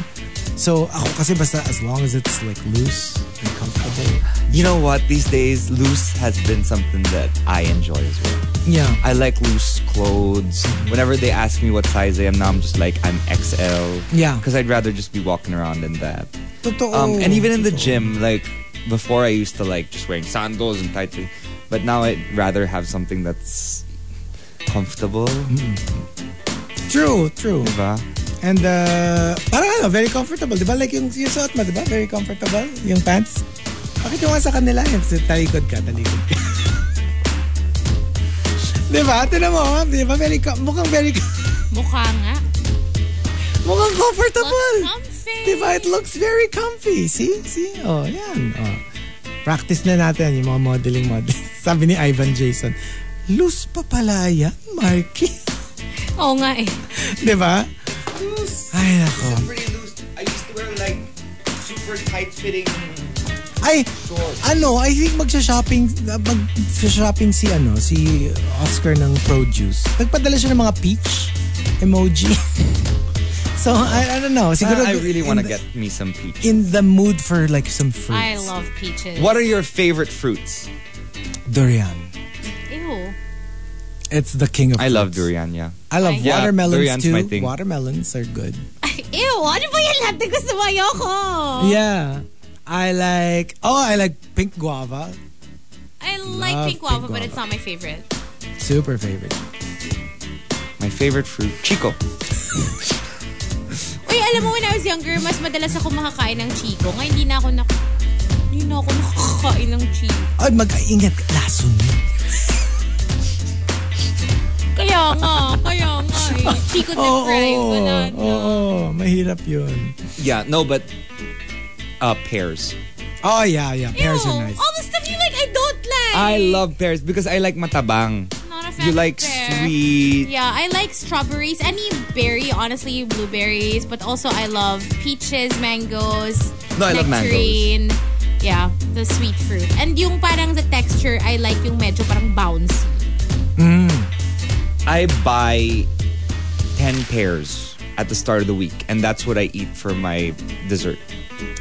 So ako kasi basta as long as it's like loose and comfortable.
you know what? These days loose has been something that I enjoy as well.
Yeah.
I like loose clothes. Whenever they ask me what size I am now, I'm just like I'm XL.
Yeah. Oh.
Because I'd rather just be walking around in that.
Totoo.
Um, and even in the gym, like before, I used to like just wearing sandals and tight things, but now I'd rather have something that's comfortable.
Mm. True, true.
Diba?
And uh, parang ano, very comfortable. Diba? Like yung, yung suot mo, diba? Very comfortable. Yung pants. Bakit yung nga sa kanila? Yung sa talikod ka, talikod ka. diba? Tinan mo, ha? diba? Very, co- mukhang very, co-
Mukha nga.
mukhang comfortable.
Something.
Diba? It looks very comfy. See? See? Oh, yan. Oh. practice na natin yung mga modeling model. Sabi ni Ivan Jason, loose pa pala yan, Marky.
Oo nga eh.
Di ba? Ay, nako.
Pretty loose. I used to wear like super tight fitting.
Ay, ano, I think magsha-shopping, mag-shopping si, ano, si Oscar ng produce. Nagpadala siya ng mga peach emoji. so, I, I don't know.
Uh,
Siguro,
Uh, I really want to
in the-
get me some peach.
In the mood for like some fruits.
I love peaches.
What are your favorite fruits?
Durian.
Ew.
It's the king of
I love
fruits.
durian, yeah.
I love
Yeah,
watermelons
durian's
too.
my thing.
Watermelons are good.
Ew, ano ba yan lahat na gusto mo? Ayoko. Oh.
Yeah. I like, oh, I like pink guava.
I like
Love
pink guava,
pink
but it's
guava.
not my favorite.
Super favorite.
My favorite fruit, chico.
Uy, alam mo, when I was younger, mas madalas ako makakain ng chico. Ngayon, hindi na ako nak... Hindi na ako nakakain ng chico.
Ay, mag-ingat ka. Lason yun.
Kaya nga, kaya nga eh. Chico na
Oo,
fry, wala
oo,
na.
oo, mahirap yun.
Yeah, no, but uh, pears.
Oh, yeah, yeah. Pears
Ew,
are nice.
all the stuff you like, I don't like.
I love pears because I like matabang.
Not a fan
You
of
like
pear.
sweet.
Yeah, I like strawberries. Any berry, honestly, blueberries. But also, I love peaches, mangoes,
No, I love
nectarine. Yeah, the sweet fruit. And yung parang the texture, I like yung medyo parang bouncy.
I buy 10 pears at the start of the week, and that's what I eat for my dessert.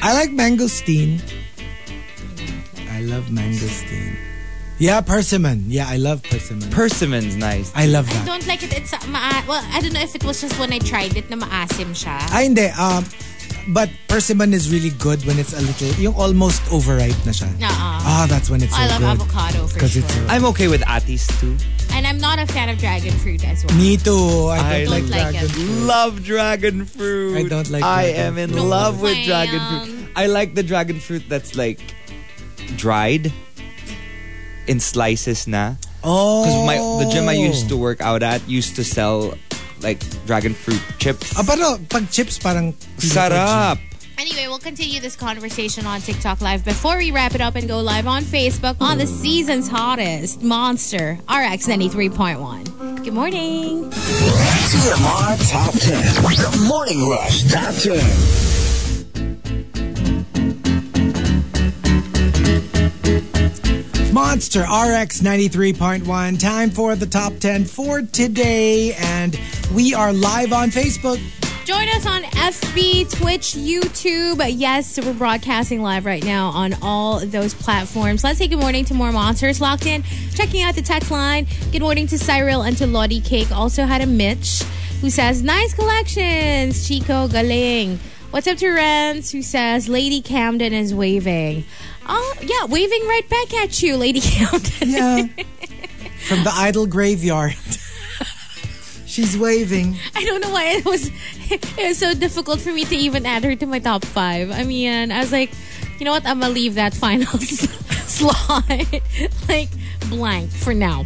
I like mangosteen. I love mangosteen. Yeah, persimmon. Yeah, I love persimmon.
Persimmon's nice.
I love
I
that.
don't like it. It's uh, maa- well, I don't know if it was just when I tried it na maasim siya.
Ah,
Ay, hindi. Um, but persimmon is really good when it's a little, yung almost overripe na siya.
Uh-uh.
Ah, that's when it's so
I love
good.
avocado for
Because
sure.
it's
I'm okay with atis too.
and I'm not a fan of dragon fruit as well.
Me too. I
I
don't like,
don't like
dragon
it.
fruit.
Love dragon fruit.
I don't like
I
dragon
am in
fruit.
love with
Don't
dragon
plan.
fruit. I like the dragon fruit that's like dried in slices na.
Oh.
Because my the gym I used to work out at used to sell like dragon fruit chips.
Ah, pero pag chips parang...
Sarap.
Anyway, we'll continue this conversation on TikTok Live before we wrap it up and go live on Facebook on the season's hottest monster, RX 93.1. Good morning.
TMR Top 10. The Morning Rush Top 10.
Monster RX 93.1. Time for the top 10 for today. And we are live on Facebook.
Join us on FB, Twitch, YouTube. Yes, we're broadcasting live right now on all those platforms. Let's say good morning to more monsters locked in. Checking out the text line. Good morning to Cyril and to Lottie Cake. Also had a Mitch who says, Nice collections, Chico Galing. What's up to Renz who says, Lady Camden is waving. Oh, yeah, waving right back at you, Lady Camden.
Yeah. From the idle graveyard. She's waving.
I don't know why it was it was so difficult for me to even add her to my top five. I mean, I was like, you know what? I'm gonna leave that final slot like blank for now.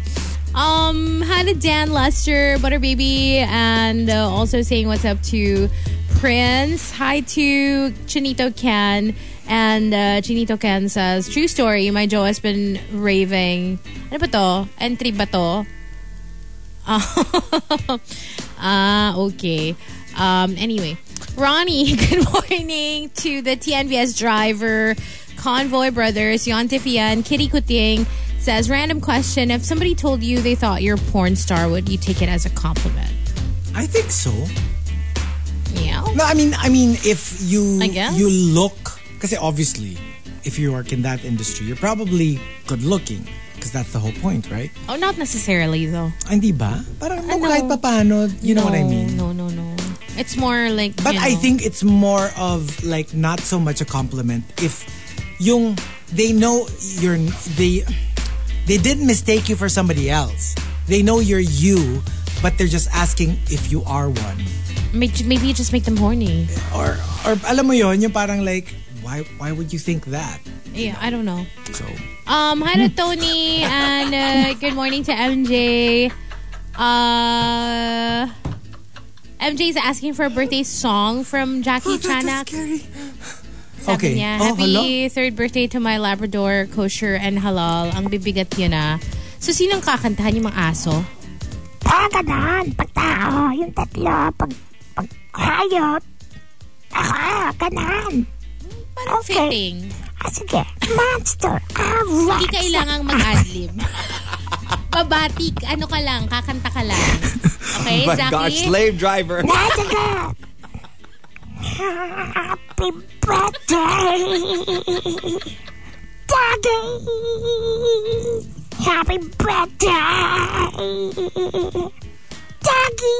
Um, hi to Dan Lester, Butter Baby, and uh, also saying what's up to Prince. Hi to Chinito Ken. And uh, Chinito Ken says, True story, my Joe has been raving. Ano ba to? Entry ba to? Ah, okay. Um, anyway, Ronnie, good morning to the TNBS driver, Convoy Brothers, Yon Tifian, Kitty Kuting says, random question. If somebody told you they thought you're a porn star, would you take it as a compliment?
I think so.
Yeah.
No, I mean, I mean, if you
I guess.
you look, because obviously, if you work in that industry, you're probably good looking, because that's the whole point, right?
Oh, not necessarily, though.
Hindi ba? Parang mo
Ano?
kahit papano, you know
no,
what I mean?
No, no, no. It's more like.
But
you
I
know.
think it's more of like not so much a compliment if yung they know you're they they didn't mistake you for somebody else. They know you're you, but they're just asking if you are one.
May- Maybe you just make them horny.
Or or alam mo yon yung parang like why why would you think that?
Yeah, I don't know.
So
Um, hi to Tony and uh, good morning to MJ. Uh,
Oh,
MJ's asking for a birthday song from Jackie Chanak.
scary.
Sabi
Okay.
niya,
Oh,
happy
hello?
third birthday to my Labrador, kosher and halal. Ang bibigat niya na. So, sinong kakantahan yung mga aso?
Pagkaganan, pagtao, yung tatlo, pag, pag hayop. Ako, ganan.
Parang
Okay.
fitting.
Ah, sige, monster. Ah, rock.
Hindi kailangang mag-adlib. Babatik, ano ka lang, kakanta ka lang. Okay,
My
Zaki?
God, slave driver.
Ah, sige. Happy birthday, Daddy. Happy birthday, Daddy.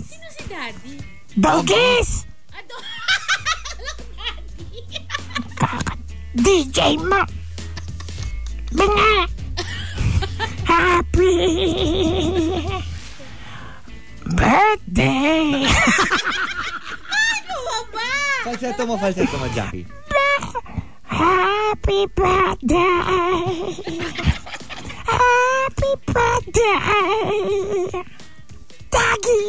Sino si Daddy?
Bogus,
Ano?
DJ mo. Binga. Happy birthday.
Falsetto mo, falsetto mo, Jackie.
Happy birthday! Happy birthday! Doggy!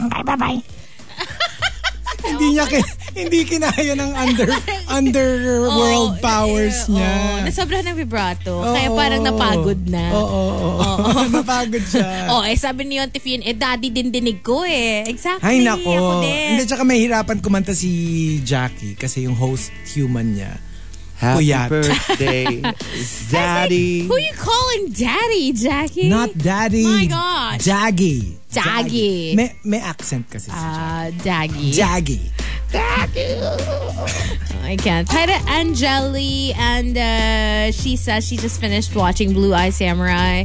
Bye bye bye.
Hindi niya
Oh,
ki- hindi kinaya ng under underworld
Oo,
powers
eh,
niya.
oo, nasobrahan ng vibrato.
Oo.
Kaya parang napagod na.
Oo, oo, oo. Napagod siya.
Oh, eh sabi ni Auntie Fien, eh daddy din dinig ko eh. Exactly.
Ay, nako.
Ako din.
Hindi, tsaka mahirapan kumanta si Jackie kasi yung host human niya.
Happy
Kuyat.
birthday, Daddy.
Who you calling daddy, Jackie?
Not daddy.
Eh, My God.
Jaggy.
Jaggy.
May, may accent kasi si
Ah, Daggy.
Jaggy.
I can't. Hi to Angeli and uh, she says she just finished watching Blue Eye Samurai.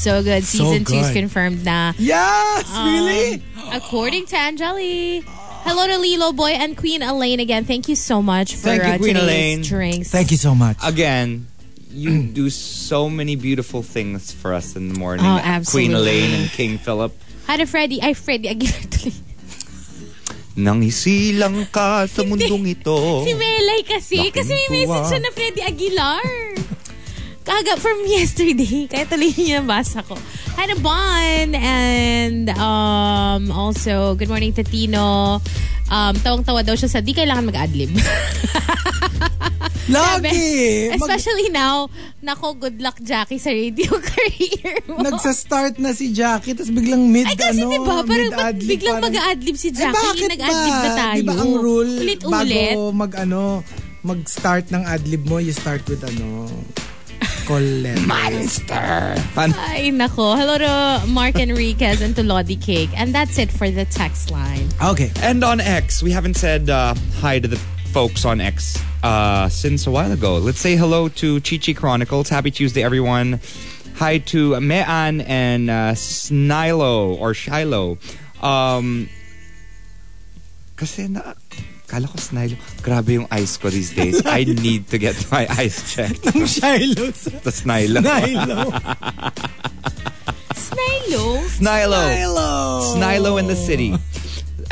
so good.
Oh, so
Season two's
good.
confirmed na.
Yes, really?
Um, according to Angeli. Hello to Lilo Boy and Queen Elaine again. Thank you so much for
Thank you,
uh,
Queen
today's
Elaine.
drinks.
Thank you so much.
Again, you do so many beautiful things for us in the morning.
Oh, absolutely.
Queen Elaine and King Philip.
Hi to Freddy. Ay, Freddy Aguilar tuloy.
Nangisilang ka sa mundong ito.
Si
Oh.
Melay kasi.
Laking
Kasi
tuwa.
may
ah.
message siya na Freddy Aguilar. Kaga from yesterday. Kaya tuloy niya nabasa ko. Hi to Bon. And um, also, good morning to Tino. Um, tawang-tawa daw siya sa di kailangan
Eh,
mag-adlib.
Lucky! Mag-
Especially now, nako, good luck Jackie sa radio career mo.
nagsa-start na si Jackie tapos biglang mid
Ay, kasi
ano,
di ba, parang ba't
mid-adlib,
biglang
parang-
mag-adlib si
Eh,
Jackie,
bakit
nag-adlib
ba?
na tayo.
Di ba ang rule,
Ulit-ulit.
bago mag ano, mag-start ng adlib mo, you start with ano, call letters.
Ay, nako. Hello to Mark Enriquez and to Lodi Cake. And that's it for the text line.
Okay.
And on X, we haven't said uh, hi to the folks on X uh, since a while ago. Let's say hello to Chichi Chronicles. Happy Tuesday, everyone. Hi to Mean and uh, Snilo or Shiloh. Um, kasi na... Kala ko Snilo. Grabe yung eyes ko these days. I need to get my eyes checked.
Ang Shiloh sa
The Snilo.
Nilo.
Snilo.
Snilo.
Nilo.
Snilo in the City.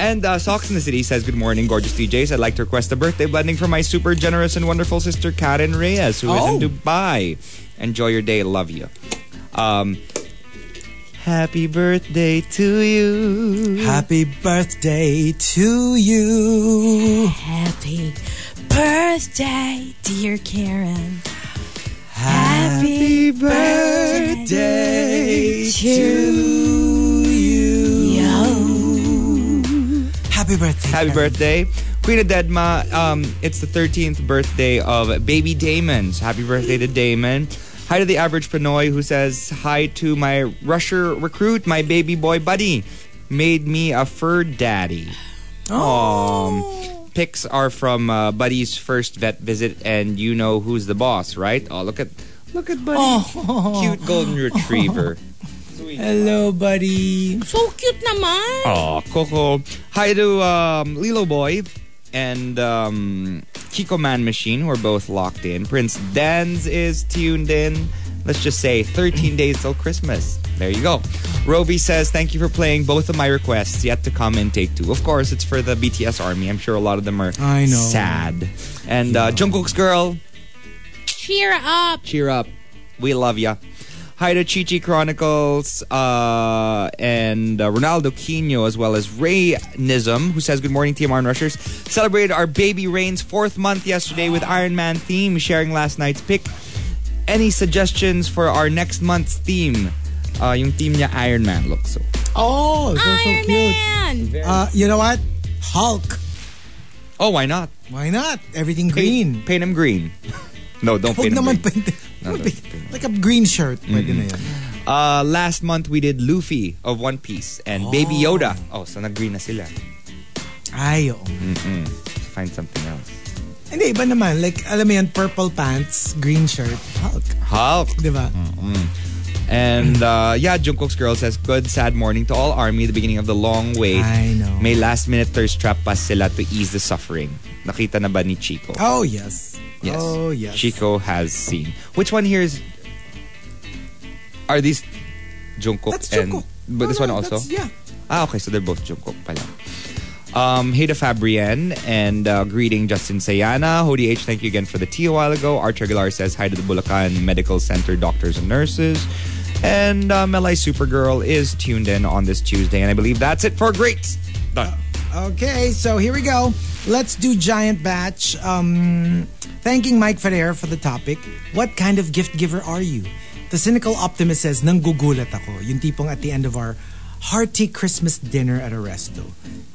And uh, Socks in the City says, Good morning, gorgeous DJs. I'd like to request a birthday blending for my super generous and wonderful sister, Karen Reyes, who is in Dubai. Enjoy your day. Love you. Um, happy birthday to you.
Happy birthday to you.
Happy birthday, dear Karen.
Happy birthday to you. Happy birthday.
Happy
Karen.
birthday. Queen of Dedma, um, it's the 13th birthday of baby Damon. So happy birthday to Damon. Hi to the average Pinoy who says, Hi to my rusher recruit, my baby boy buddy. Made me a fur daddy. Um, pics are from uh, Buddy's first vet visit, and you know who's the boss, right? Oh, look at look at Buddy, cute golden retriever.
Hello, buddy.
So cute naman.
Oh, Coco. Hi to um, Lilo Boy and um, Kiko Man Machine, who are both locked in. Prince Danz is tuned in. Let's just say 13 days till Christmas. There you go. Roby says, Thank you for playing both of my requests yet to come and take two. Of course, it's for the BTS Army. I'm sure a lot of them are
I know.
sad. And uh, Jungkook's girl,
Cheer up.
cheer up. We love ya. Hi to Chichi Chronicles uh, and and uh, Ronaldo Quino, as well as Ray Nism, who says, Good morning, TMR and Rushers. Celebrated our baby Rain's fourth month yesterday with Iron Man theme, sharing last night's pick. Any suggestions for our next month's theme? Uh, yung theme niya, Iron Man look. So,
Oh, they're so
Iron
cute.
Man!
Uh, you know what? Hulk.
oh, why not?
Why not? Everything green.
Paint, paint him green. no, don't
Huwag
paint him green.
naman paint-
No, no,
paint- Like a green shirt. Pwede na yan.
Uh, last month we did Luffy of One Piece and Baby Yoda. Oh, so nag-green na sila.
Ay, oo.
Find something else.
Hindi, iba naman. Like, alam mo yun, purple pants, green shirt, Hulk.
Hulk.
Di ba?
Mm. And uh, yeah, Jungkook's girl says, Good sad morning to all army, the beginning of the long wait.
I know.
May last minute thirst trap pa sila to ease the suffering. Nakita na ba ni Chico?
Oh, yes.
yes.
Oh, yes.
Chico has seen. Which one here is... Are these Jungkook
That's
and...
Jungkook.
But this
Oh,
one
no,
also?
that's- Yeah.
Ah, okay. So they're both Jungkook pala. Um, hey to Fabrienne and uh, greeting Justin Sayana. Hody H, thank you again for the tea a while ago. Archer Aguilar says hi to the Bulacan Medical Center doctors and nurses. And uh, Melai Supergirl is tuned in on this Tuesday. And I believe that's it for greats. Done.
Okay, so here we go. Let's do giant batch. Um, thanking Mike Ferrer for the topic. What kind of gift giver are you? The cynical optimist says, nanggugulat ako. Yung tipong at the end of our hearty Christmas dinner at a resto.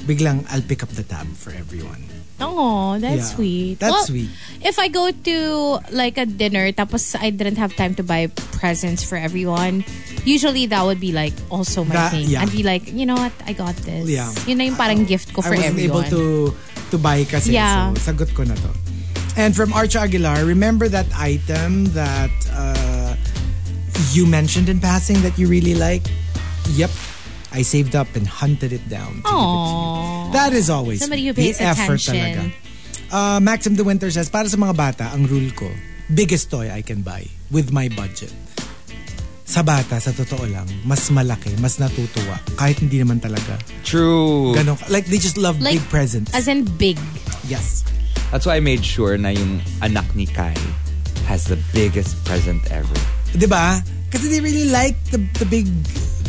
Biglang, I'll pick up the tab for everyone.
Oh, that's
Yeah,
sweet.
that's
Well,
sweet.
If I go to like a dinner, tapos I didn't have time to buy presents for everyone, usually that would be like also my
That-
thing.
yeah.
I'd be like, you know what, I got this.
Yeah.
Yun na yung parang gift ko Oh, for
I wasn't
everyone.
able to to buy kasi.
Yeah.
So, sagot ko na to. And from Archer Aguilar, remember that item that uh, you mentioned in passing that you really like? Yep. I saved up and hunted it down. to give it to you.
Aww.
That is always
Somebody who
the
pays
effort
attention.
talaga. Uh, Maxim De Winter says, para sa mga bata, ang rule ko, biggest toy I can buy with my budget. Sa bata, sa totoo lang, mas malaki, mas natutuwa. Kahit hindi naman talaga.
True.
Ganon. ka- Like, they just love
Like,
big presents.
As in big.
Yes.
That's why I made sure na yung anak ni Kai has the biggest present ever.
'Di ba? Kasi they really like the the big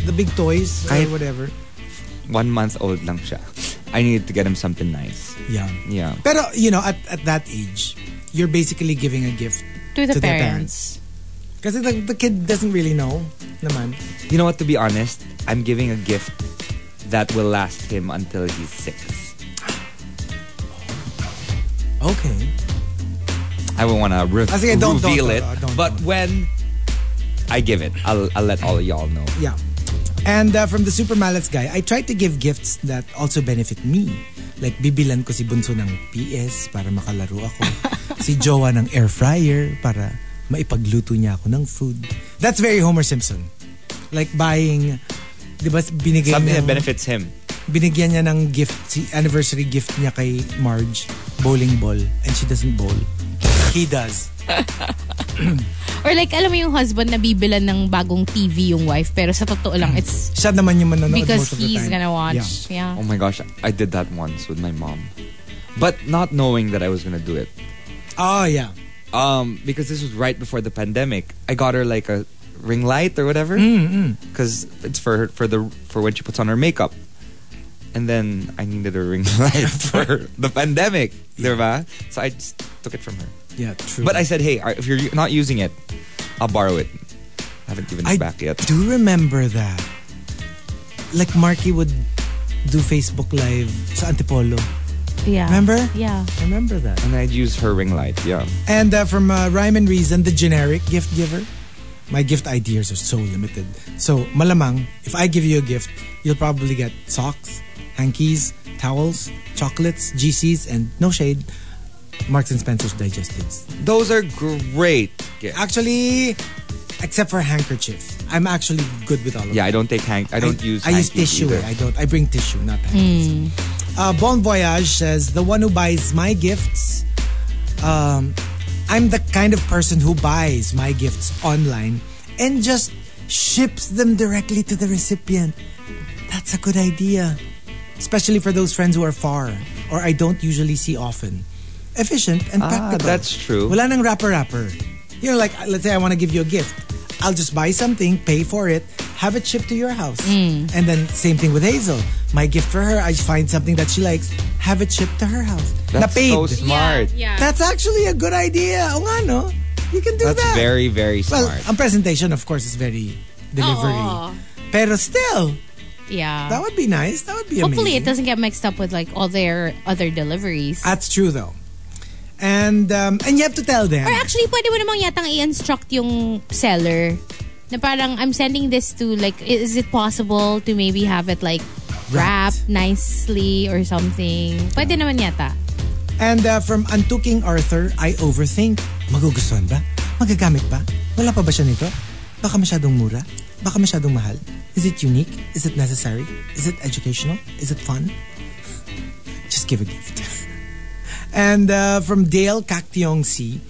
the big toys or
Kahit-
whatever.
One month old lang siya. I needed to get him something nice.
Yeah.
Yeah.
Pero you know, at at that age, you're basically giving a gift
To the
their
parents.
Kasi the, the kid doesn't really know naman.
You know what? To be honest, I'm giving a gift that will last him until he's six.
Okay.
I won't want to re-
Ah, sige, don't-
reveal
don't-
it,
don't- don't-
but
don't.
when I give it, I'll, I'll let all of y'all know.
Yeah. And uh, from the Super Mallets guy, I try to give gifts that also benefit me. Like bibilan ko si Bunso ng PS para makalaro ako. si Jowa ng air fryer para maipagluto niya ako ng food. That's very Homer Simpson. Like buying, di ba binigay
Something
ng-
that benefits him.
binigyan niya ng gift, si anniversary gift niya kay Marge, bowling ball, and she doesn't bowl. He does.
Or like, alam mo yung husband na bibilan ng bagong TV yung wife, pero sa totoo lang, it's
Siya naman yung manonood Mm. most
because
of the
he's
time. Um,
gonna watch. Yeah.
Oh my gosh, I did that once with my mom, but not knowing that I was gonna do it.
Yeah. Oh, yeah.
Um, because this was right before the pandemic. I got her like a ring light or whatever,
Mm,
because it's for her, for the for when she puts on her makeup. And then I needed a ring light for the pandemic, diba? So I just took it from her.
Yeah, true.
But I said, hey, if you're not using it, I'll borrow it. I haven't given it
I
back yet.
do remember that. Like Marky would do Facebook Live sa Antipolo.
Yeah.
Remember?
Yeah.
I remember that.
And I'd use her ring light, yeah.
And uh, from uh, Rhyme and Reason, the generic gift giver, my gift ideas are so limited. So, malamang, if I give you a gift, you'll probably get socks, hankies, towels, chocolates, GCs, and no shade, Marks and Spencer's digestives.
Those are great gifts.
Actually, except for handkerchief, I'm actually good with all of
Yeah, I
them.
don't take hank. I don't use.
I use
hankies
tissue.
either.
eh. I don't. I bring tissue, not hankies. Uh, bon voyage says the one who buys my gifts. Um, I'm the kind of person who buys my gifts online and just ships them directly to the recipient. That's a good idea, especially for those friends who are far or I don't usually see often. Efficient and
Ah,
practical.
that's true.
Wala nang wrapper wrapper. You know, like let's say I want to give you a gift. I'll just buy something, pay for it, have it shipped to your house.
Mm.
And then same thing with Hazel. My gift for her, I find something that she likes, have it shipped to her house.
That's
Napaid.
so smart.
Yeah. yeah.
That's actually a good idea. O nga, no? You can do
That's
that.
very, very smart.
well, ang presentation, of course, is very delivery.
Oo.
Pero still,
yeah.
that would be nice. That would be
Hopefully, it
amazing.
doesn't get mixed up with like all their other deliveries.
That's true, though. And um, and you have to tell them.
Or actually, pwede mo namang yatang i-instruct yung seller na parang, I'm sending this to like, i- is it possible to maybe have it like wrapped nicely or something? Pwede naman yata.
And uh, from Antuking Arthur, I overthink. Magugustuhan ba? Magagamit ba? Wala pa ba siya nito? Baka masyadong mura? Baka masyadong mahal? Is it unique? Is it necessary? Is it educational? Is it fun? Just give a gift. and uh, from Dale Cactiong C,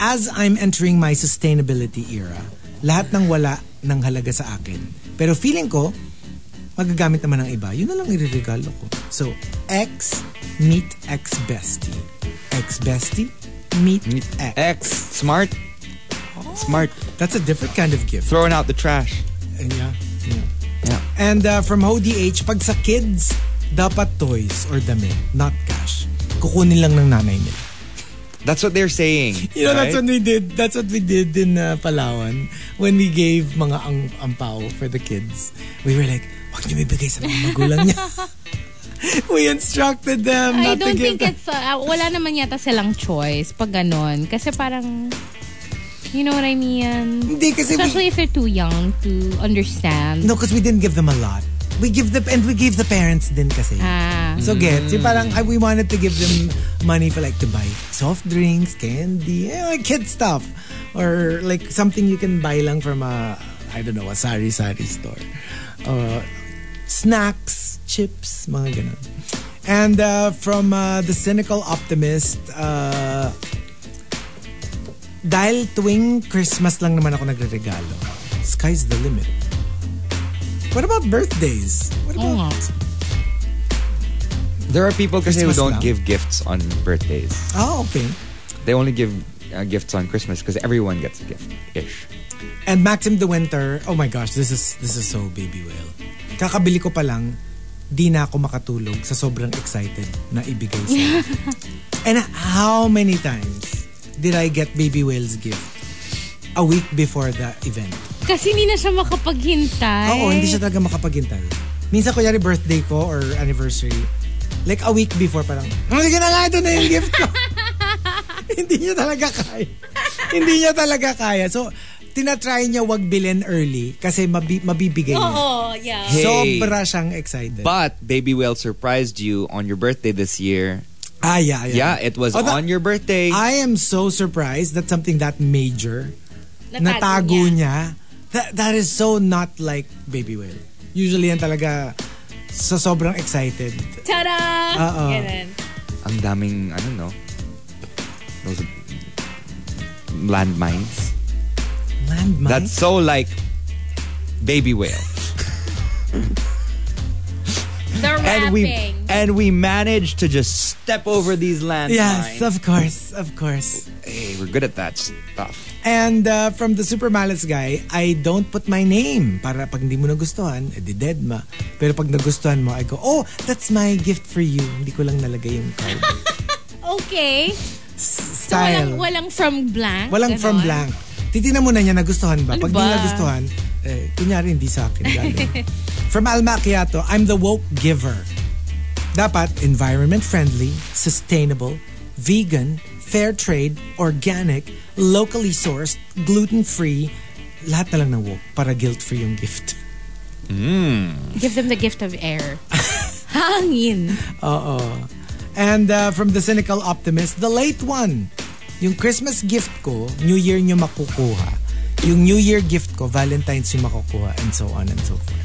as I'm entering my sustainability era, lahat ng wala ng halaga sa akin. Pero feeling ko, magagamit naman ng iba. Yun na lang ireregalo ko. So, ex, meet ex bestie. Ex bestie, meet, ex.
X. Smart. Smart.
That's a different kind of gift.
Throwing out the trash.
And yeah. yeah. And uh, from Ho DH, pag sa kids, dapat toys or damit, not cash. Kukunin lang ng nanay nila.
That's what they're saying.
You know, that's
right?
what we did. That's what we did in uh, Palawan when we gave mga ang ampaw for the kids. We were like, wag niyo bibigay sa mga magulang niya. we instructed them
I
not to
don't
give
think
that.
it's, uh, wala naman yata silang choice pag ganon. Kasi parang, you know what I mean?
Hindi kasi we-
Especially if they're too young to understand.
No, because we didn't give them a lot. We give the and we gave the parents din kasi.
Ah.
So get, yung parang I, we wanted to give them money for like to buy soft drinks, candy, eh, like kid stuff, or like something you can buy lang from a I don't know a sari sari store, uh, snacks, chips, mga ganun. And uh, from uh, the cynical optimist, uh, dahil tuwing Christmas lang naman ako nagre-regalo, sky's the limit. What about birthdays? What
Oo nga.
about
There are people kasi who
Christmas
don't
lang.
give gifts on birthdays.
Oh, okay.
They only give uh, gifts on Christmas because everyone gets a gift ish.
And Maxim the Winter, oh my gosh, this is this is so baby whale. Kakabili ko pa lang, di na ako makatulog sa sobrang excited na ibigay sa'yo. And how many times did I get baby whale's gift? A week before the event.
Kasi hindi na siya makapaghintay.
Oo, hindi siya talaga makapaghintay. Minsan, kunyari birthday ko or anniversary, like a week before, parang, oh, sige na nga, ito na yung gift ko. hindi niya talaga kaya. hindi niya talaga kaya. So, tinatry niya wag bilhin early kasi mabi- mabibigay niya.
Oo, yeah.
Hey.
Sobra siyang excited.
But Baby Whale surprised you on your birthday this year.
ah, yeah,
Yeah, eh.
yeah.
it was
Oh, the-
on your birthday.
I am so surprised that something that major, natago niya. That, that is so not like Baby Whale. Usually yan talaga sa sobrang excited.
Ta-da!
Oo.
Ganun.
Ang daming, I don't know, those landmines.
Landmine?
That's so like Baby Whale.
They're rapping.
And we and we managed to just step over these
Yes,
landmines.
of course, of course.
Hey, we're good at that stuff.
And uh, from the Super Malice guy, I don't put my name para pag hindi mo nagustuhan, edi dead ma. Pero pag nagustuhan mo, I go, oh, that's my gift for you. Hindi ko lang nalagay yung card.
Okay. So
Style.
walang, walang from blank?
Walang
ganon?
from blank. Titignan muna niya nagustuhan ba.
Ano
Pag hindi
ba?
nagustuhan, eh, kunyari hindi sa akin. galing. from Al Macchiato, I'm the woke giver. Dapat environment-friendly, sustainable, vegan, fair trade, organic, locally sourced, gluten-free, lahat na lang ng woke para guilt-free yung gift.
Give them the gift of air. Hangin.
Oo. And uh, from the cynical optimist, the late one. Yung Christmas gift ko, New Year nyo makukuha. Yung New Year gift ko, Valentine's nyo makukuha, and so on and so forth.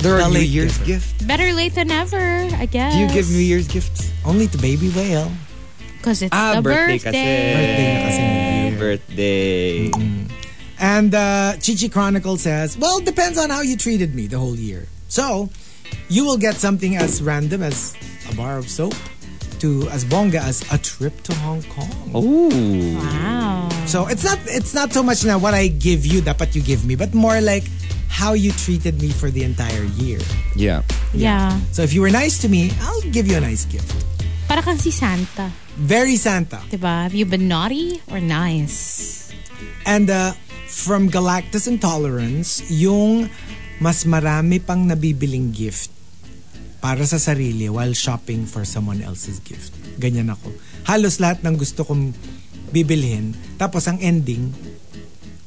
There
The
are New
late
Year's
giver.
gifts.
Better late than never, I guess.
Do you give New Year's gifts?
Only to baby whale.
Because it's
Ah,
the
birthday
Birthday
kasi.
birthday.
na kasi New Year.
Birthday.
And uh, Chichi Chronicle says, well, depends on how you treated me the whole year. So, you will get something as random as a bar of soap to as bonga as a trip to Hong Kong.
Ooh.
Wow.
So it's not it's not so much now what I give you dapat you give me, but more like how you treated me for the entire year.
Yeah.
Yeah.
So if you were nice to me, I'll give you a nice gift.
Para kang si Santa.
Very Santa.
Diba? Have you been naughty or nice?
And uh, from Galactus Intolerance, yung mas marami pang nabibiling gift para sa sarili while shopping for someone else's gift. Ganyan ako. Halos lahat ng gusto kong bibilhin. Tapos ang ending,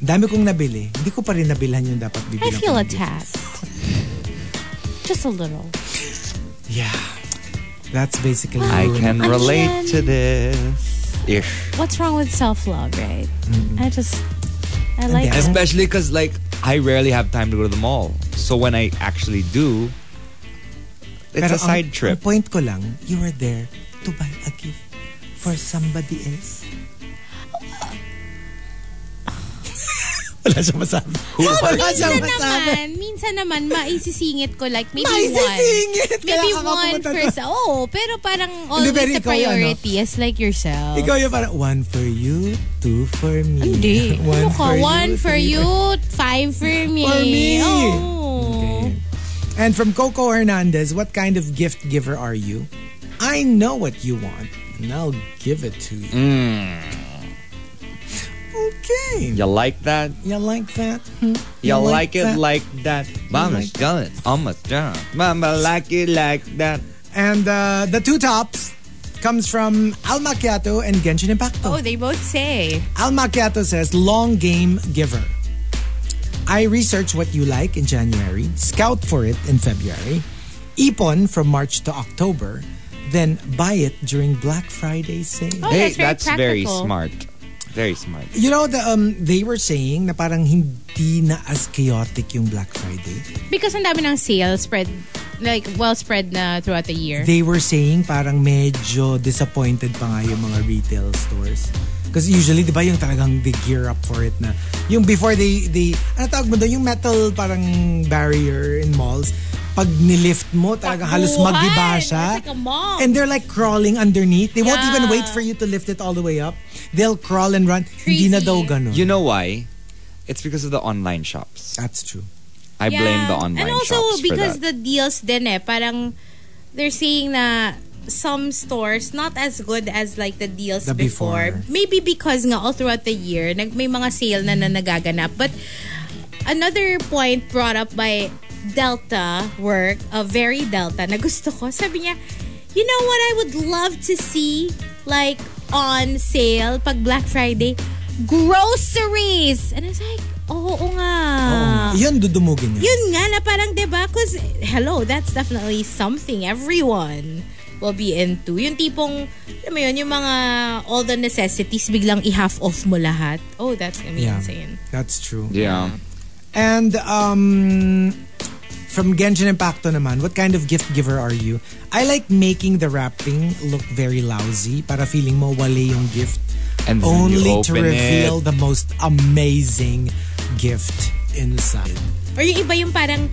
dami kong nabili. Hindi ko pa rin nabilhan yung dapat
I
bibilhan.
feel
kong gift.
attacked. Just a little.
Yeah. That's basically
I
ruining
can
Ano
relate
yan?
to this. Ish.
What's wrong with self-love, right? I just, I like
then-
it.
Especially because, like, I rarely have time to go to the mall. So when I actually do, it's
Pero
a side
ang,
trip.
Ang point ko lang, you were there to buy a gift for somebody else. Wala siyang masabi.
Who-
Wala siyang
Minsan
masabi.
naman, minsan naman, maisisingit ko like maybe
Maisisingit!
one. Maybe
Kaya ka
one
pumunta
person. Oo, oh, pero parang always
pero
the
ikaw yun, ano?
priority is like yourself.
Ikaw yung parang, one for you, two for me.
Hindi.
One
Ano ka?
for you,
one for
three
you, five for me.
For me.
Oh.
And from Coco Hernandez, what kind of gift giver are you? I know what you want, and I'll give it to you.
Mm.
Okay.
You like that?
You like that? Hmm?
You like, it
that?
like that. Mama's done it. Almost done. Mama like it like that.
And uh, the two tops comes from Al Macchiato and Genshin Impacto.
Oh, they both say.
Al Macchiato says, long game giver. I research what you like in January, scout for it in February, ipon from March to October, then buy it during Black Friday sale.
Oh,
hey,
that's
very
very practical.
smart. Very smart.
You know, the, um, they were saying na parang hindi na as chaotic yung Black Friday.
Because ang dami ng sales spread, like well spread na throughout the year.
They were saying parang medyo disappointed pa nga yung mga retail stores. Because usually, di ba yung talagang they gear up for it na. Yung before they, they ano tawag mo doon, yung metal parang barrier in malls, pag nilift mo, talagang halos
Takbuhan!
magdiba siya.
It's like a mall.
And they're like crawling underneath. They won't
Yeah.
even wait for you to lift it all the way up. They'll crawl and run. Hindi na
Crazy.
daw ganun.
You know why? It's because of the online shops.
That's true.
I blame the online
And also
shops
because
for that.
the deals din eh, parang they're saying na some stores not as good as like the deals
The
before.
before.
Maybe because nga all throughout the year, nag may mga sale na, na nagaganap. But another point brought up by Delta work, a very Delta na gusto ko. Sabi niya, you know what I would love to see like on sale pag Black Friday? Groceries! And it's like, oo, oo nga. Ah.
Yun, dudumugin niya.
Yun nga na parang, 'di ba? Cause, hello, that's definitely something everyone will be into. Yung tipong, alam mo yun, yung mga all the necessities, biglang i-half off mo lahat. Oh, that's gonna be
Yeah.
insane.
That's true.
yeah.
And um, from Genshin Impacto naman, what kind of gift giver are you? I like making the wrapping look very lousy para feeling mo wale yung gift.
And then
only
you
to
open
reveal
it.
the most amazing gift inside.
Or yung iba yung parang,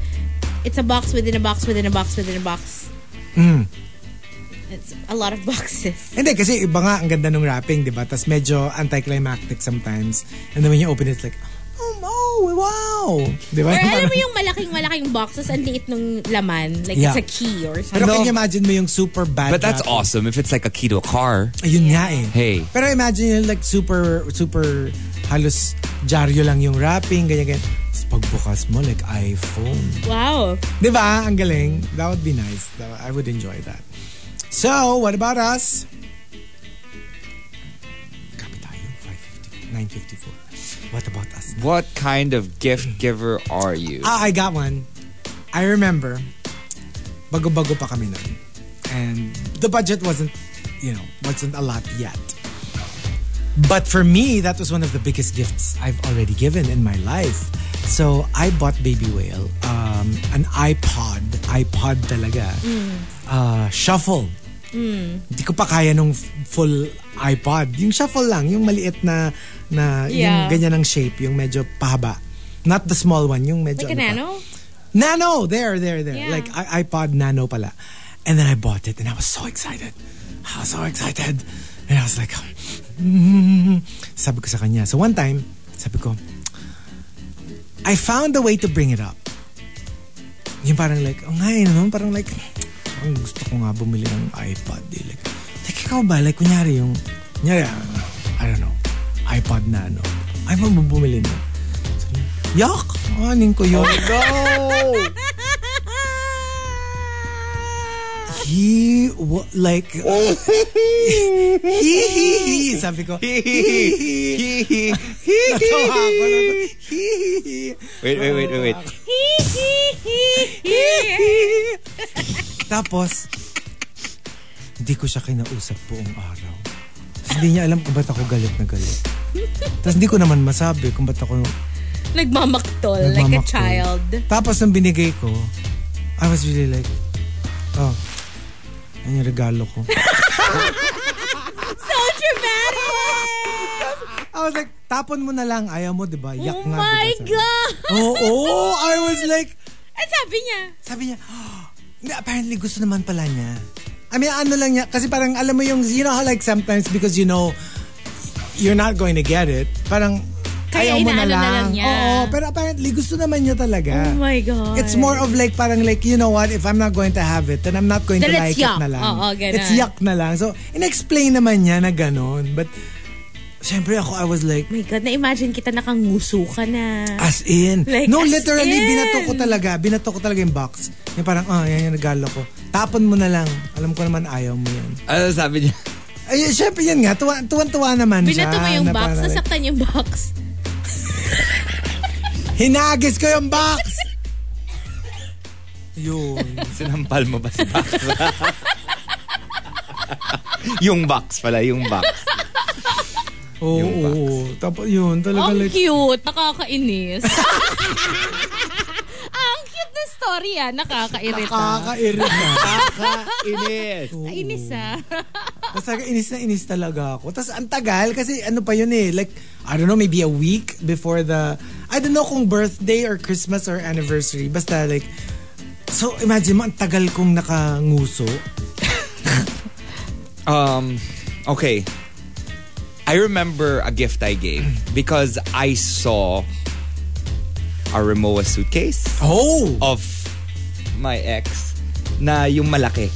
it's a box within a box within a box within a box.
Mm.
It's a lot of boxes.
Hindi, kasi iba nga, ang ganda ng wrapping, di ba? Tapos medyo anticlimactic sometimes. And then when you open it, it's like, oh, oh wow! Di ba?
Or alam mo yung malaking-malaking boxes, ang liit nung laman. Like,
Yeah.
it's a key or
Pero
something.
can you imagine mo yung super bad
But that's
wrapping?
awesome if it's like a key to a car.
Ayun nga eh.
Hey.
Pero imagine yun, like super, super halos dyaryo lang yung wrapping, ganyan, ganyan. Tapos pagbukas mo, like iPhone.
Wow.
Di ba? Ang galing. That would be nice. That- I would enjoy that. So, what about us? Kapit tayo, 550, 954. What about us?
What kind of gift giver are you?
Ah, I got one. I remember, bago-bago pa kami nun. And the budget wasn't, you know, wasn't a lot yet. But for me, that was one of the biggest gifts I've already given in my life. So I bought Baby Whale um, an iPod. iPod talaga. Uh, shuffle. Hindi ko pa kaya nung f- full iPod. Yung shuffle lang, yung maliit na, na
Yeah.
yung ganyan ng shape, yung medyo pahaba. Not the small one, yung medyo
Like a
ano pa.
nano?
Nano, there, there, there.
Yeah.
Like i- iPod Nano pala. And then I bought it and I was so excited. I was so excited. And I was like, mm. sabi ko sa kanya. So one time, sabi ko, I found a way to bring it up. Yung parang like, oh nga eh, naman, parang like, ang gusto ko nga bumili ng iPod. Eh. Like, like, ikaw ba? Like, kunyari yung, kunyari, ah, I don't know, iPod na ano. Ay, mo bumili na. Sabi niya, Yuck! Anin ko yun.
No!
He, wa- like, he, he, he. Sabi ko, he, he, he. Natawa ako, natawa. He, he, he.
wait, wait, wait, wait, wait.
Tapos, hindi ko siya kinausap buong araw. Hindi niya alam kung ba't ako galit na galit. Tapos hindi ko naman masabi kung ba't ako
Nagmamaktol, like a
nagmamakto.
child.
Tapos nung binigay ko, I was really like, oh, yan yung regalo ko.
So dramatic!
I was like, tapon mo na lang, ayaw mo, di ba? Yak
Oh
nga.
my
diba? Sabi-
God!
Oo, oh, I was like,
At sabi niya,
Sabi niya, "Oh." Hindi, apparently gusto naman pala niya. I mean, ano lang niya, kasi parang alam mo yung, you know how like sometimes because you know, you're not going to get it, parang
Kaya
ayaw mo na
inaano
lang.
na lang niya.
Oo, pero apparently gusto naman niya talaga.
oh my God.
It's more of like parang like you know what if I'm not going to have it then I'm not going
Then
to like
it's
it
yuck.
na lang.
Oo, ganun.
It's yuck na lang. So inexplain naman niya na ganun but syempre ako I was like
Oh my God, na-imagine kita nakanguso ka na.
As in.
Like,
no,
as
literally,
in.
binato ko talaga. Binato ko talaga yung box. Yung parang, ah, yan yung regalo ko. Tapon mo na lang. Alam ko naman ayaw mo yan.
Ano Uh, sabi niya?
Ay, syempre yan nga. Tuwa, tuwan-tuwa naman siya.
Binato mo yung
na
box,
parang-
nasaktan yung box.
Hinagis ko yung box! Yun.
Sinampal mo ba sa box? yung box pala, yung box.
Oo.
Yung box.
oo. Tapos yun, talaga
Ang
like,
cute, nakakainis. Ang cute na story ah, nakakairita.
kakairit na.
Inis.
Inis ah.
Tapos talaga, inis na inis talaga ako. Tapos ang tagal kasi ano pa yun eh. Like, I don't know, maybe a week before the... I don't know kung birthday or Christmas or anniversary. Basta like... So, imagine mo, ang tagal kong nakanguso.
Um, okay. I remember a gift I gave because I saw a Remoa suitcase
Oh!
of my ex na yung malaki.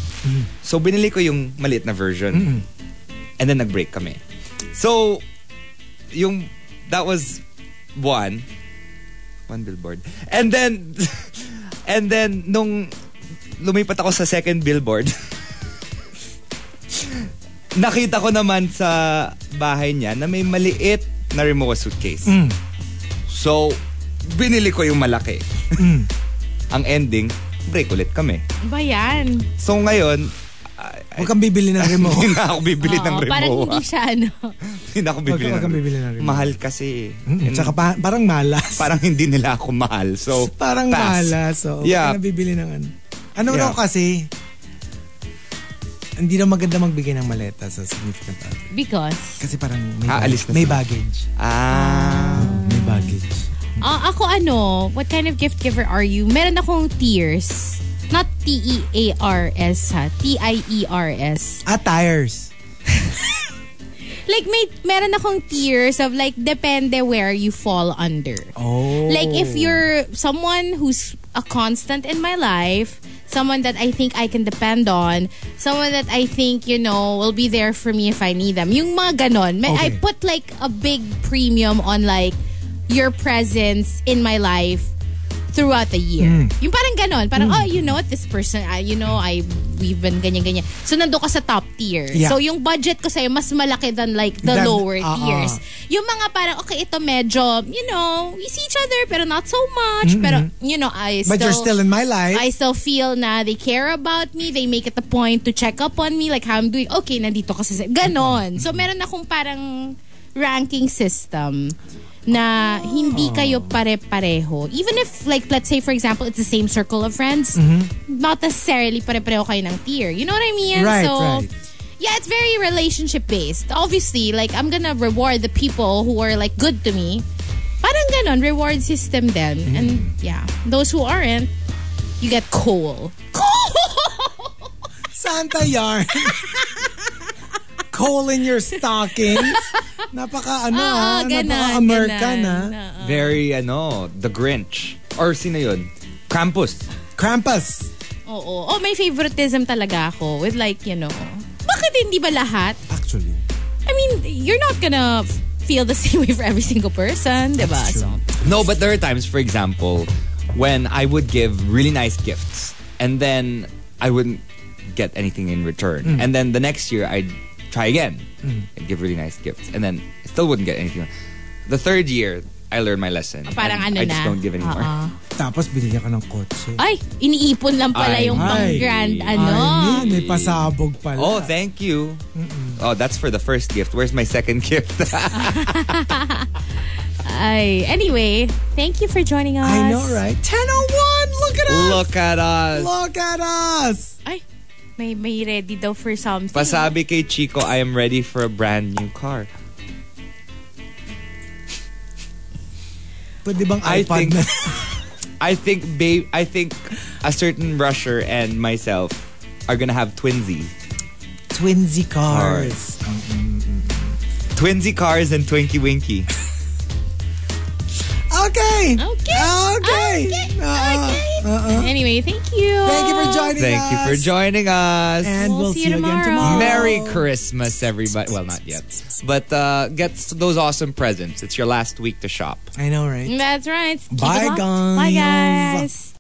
So binili ko yung maliit na version. And then nag-break kami. So yung that was one one billboard. And then and then nung lumipat ako sa second billboard nakita ko naman sa bahay niya na may maliit na Rimowa suitcase. So, binili ko yung malaki. Ang ending, break ulit kami.
Ba yan?
So ngayon, ah,
Huwag kang bibili ng remote.
hindi na ako bibili ng
Oo,
Rimowa.
parang hindi siya ano.
Hindi na ako bibili,
Huwag- huwag
ng,
kang
Rimowa.
bibili ng Rimowa.
Mahal kasi. eh.
Mm,
And
Tsaka pa- parang malas.
parang hindi nila ako mahal. So,
parang ah.
pass.
malas. So, yeah.
Yeah.
nabibili ng ano. Ano
Yeah.
raw kasi, hindi na maganda magbigay ng maleta sa significant other.
Because,
Kasi parang may,
Ah, alis na
may
sila.
baggage.
Ah.
May baggage.
ah, ako ano, what kind of gift giver are you? Meron akong tears. Not E T-E-A-R-S ha. E T-I-E-R-S.
Ah, tires.
Like, may, meron akong tears of like, depende where you fall under.
Oh.
Like if you're someone who's a constant in my life, someone that I think I can depend on, someone that I think, you know, will be there for me if I need them. Yung mga ganon. May- I
Okay.
put like a big premium on like your presence in my life throughout the year.
Mm.
Yung parang ganon. Parang, oh, you know what, this person, ah, you know, I, we've been ganyan-ganyan. So, nando ka sa top tier.
Yeah.
So, yung budget ko sa'yo, mas malaki than like the
Than-
lower
ah,
tiers.
ah.
Yung mga parang, okay, ito medyo, you know, we see each other, pero not so much. Pero, you know, I still...
But you're still in my life.
I still feel na they care about me. They make it a point to check up on me, like how I'm doing. Okay, nandito ka sa... Ganon. So, meron akong parang ranking system na hindi kayo pare-pareho. Even if, like, let's say, for example, it's the same circle of friends, not necessarily pare-pareho kayo ng tier. You know what I mean?
Right,
so,
right.
yeah, it's very relationship-based. Obviously, like, I'm gonna reward the people who are, like, good to me. Parang ganon, reward system then.
Mm-hmm.
And, yeah, those who aren't, you get coal. Coal!
Santa yarn. Coal in your stockings. Napaka ano ah.
Oo,
Napaka
ganon,
American
ganon.
ah.
Oo.
Very, ano, The Grinch. Or sino yun? Krampus.
Krampus.
Oo. Oh, may favoritism talaga ako with like, you know, bakit hindi ba lahat?
Actually.
I mean, you're not gonna feel the same way for every single person, di ba? So,
No, but there are times, for example, when I would give really nice gifts and then I wouldn't get anything in return. And then the next year I'd try again and give really nice gifts and then I still wouldn't get anything. The third year, I learned my lesson.
Ah, parang
and
ano
I
na. Uh-uh.
just don't give anymore.
Oo.
Tapos binigyan ka ng kotse.
Ay, iniipon lang pala
Ay.
yung pang
Ay.
grand
Ay.
ano.
Ay, may pasabog pala.
Oh, thank you. Oh, that's for the first gift. Where's my second gift?
Ay, anyway, thank you for joining us.
I know, right? 1001! Look at us!
Look at us.
Look at us!
Ay, may, may ready daw for something.
Pasabi kay Chico, I am ready for a brand new car.
Pwede bang
I
iPad
think-
na?
I think babe I think a certain rusher and myself are gonna have twinsy.
Twinsy cars. Mm,
Twinsy cars and Twinky Winky.
Okay!
Okay.
Okay!
Okay.
Uh-uh.
Okay.
Uh-uh.
Anyway, thank you.
Thank you for joining
Thank
us.
you for joining us.
And we'll, see you again tomorrow.
Merry Christmas, everybody. Well, not yet. But uh, get those awesome presents. It's your last week to shop.
I know, right?
That's right. Keep it
Bye,
locked.
guys.
Bye, guys.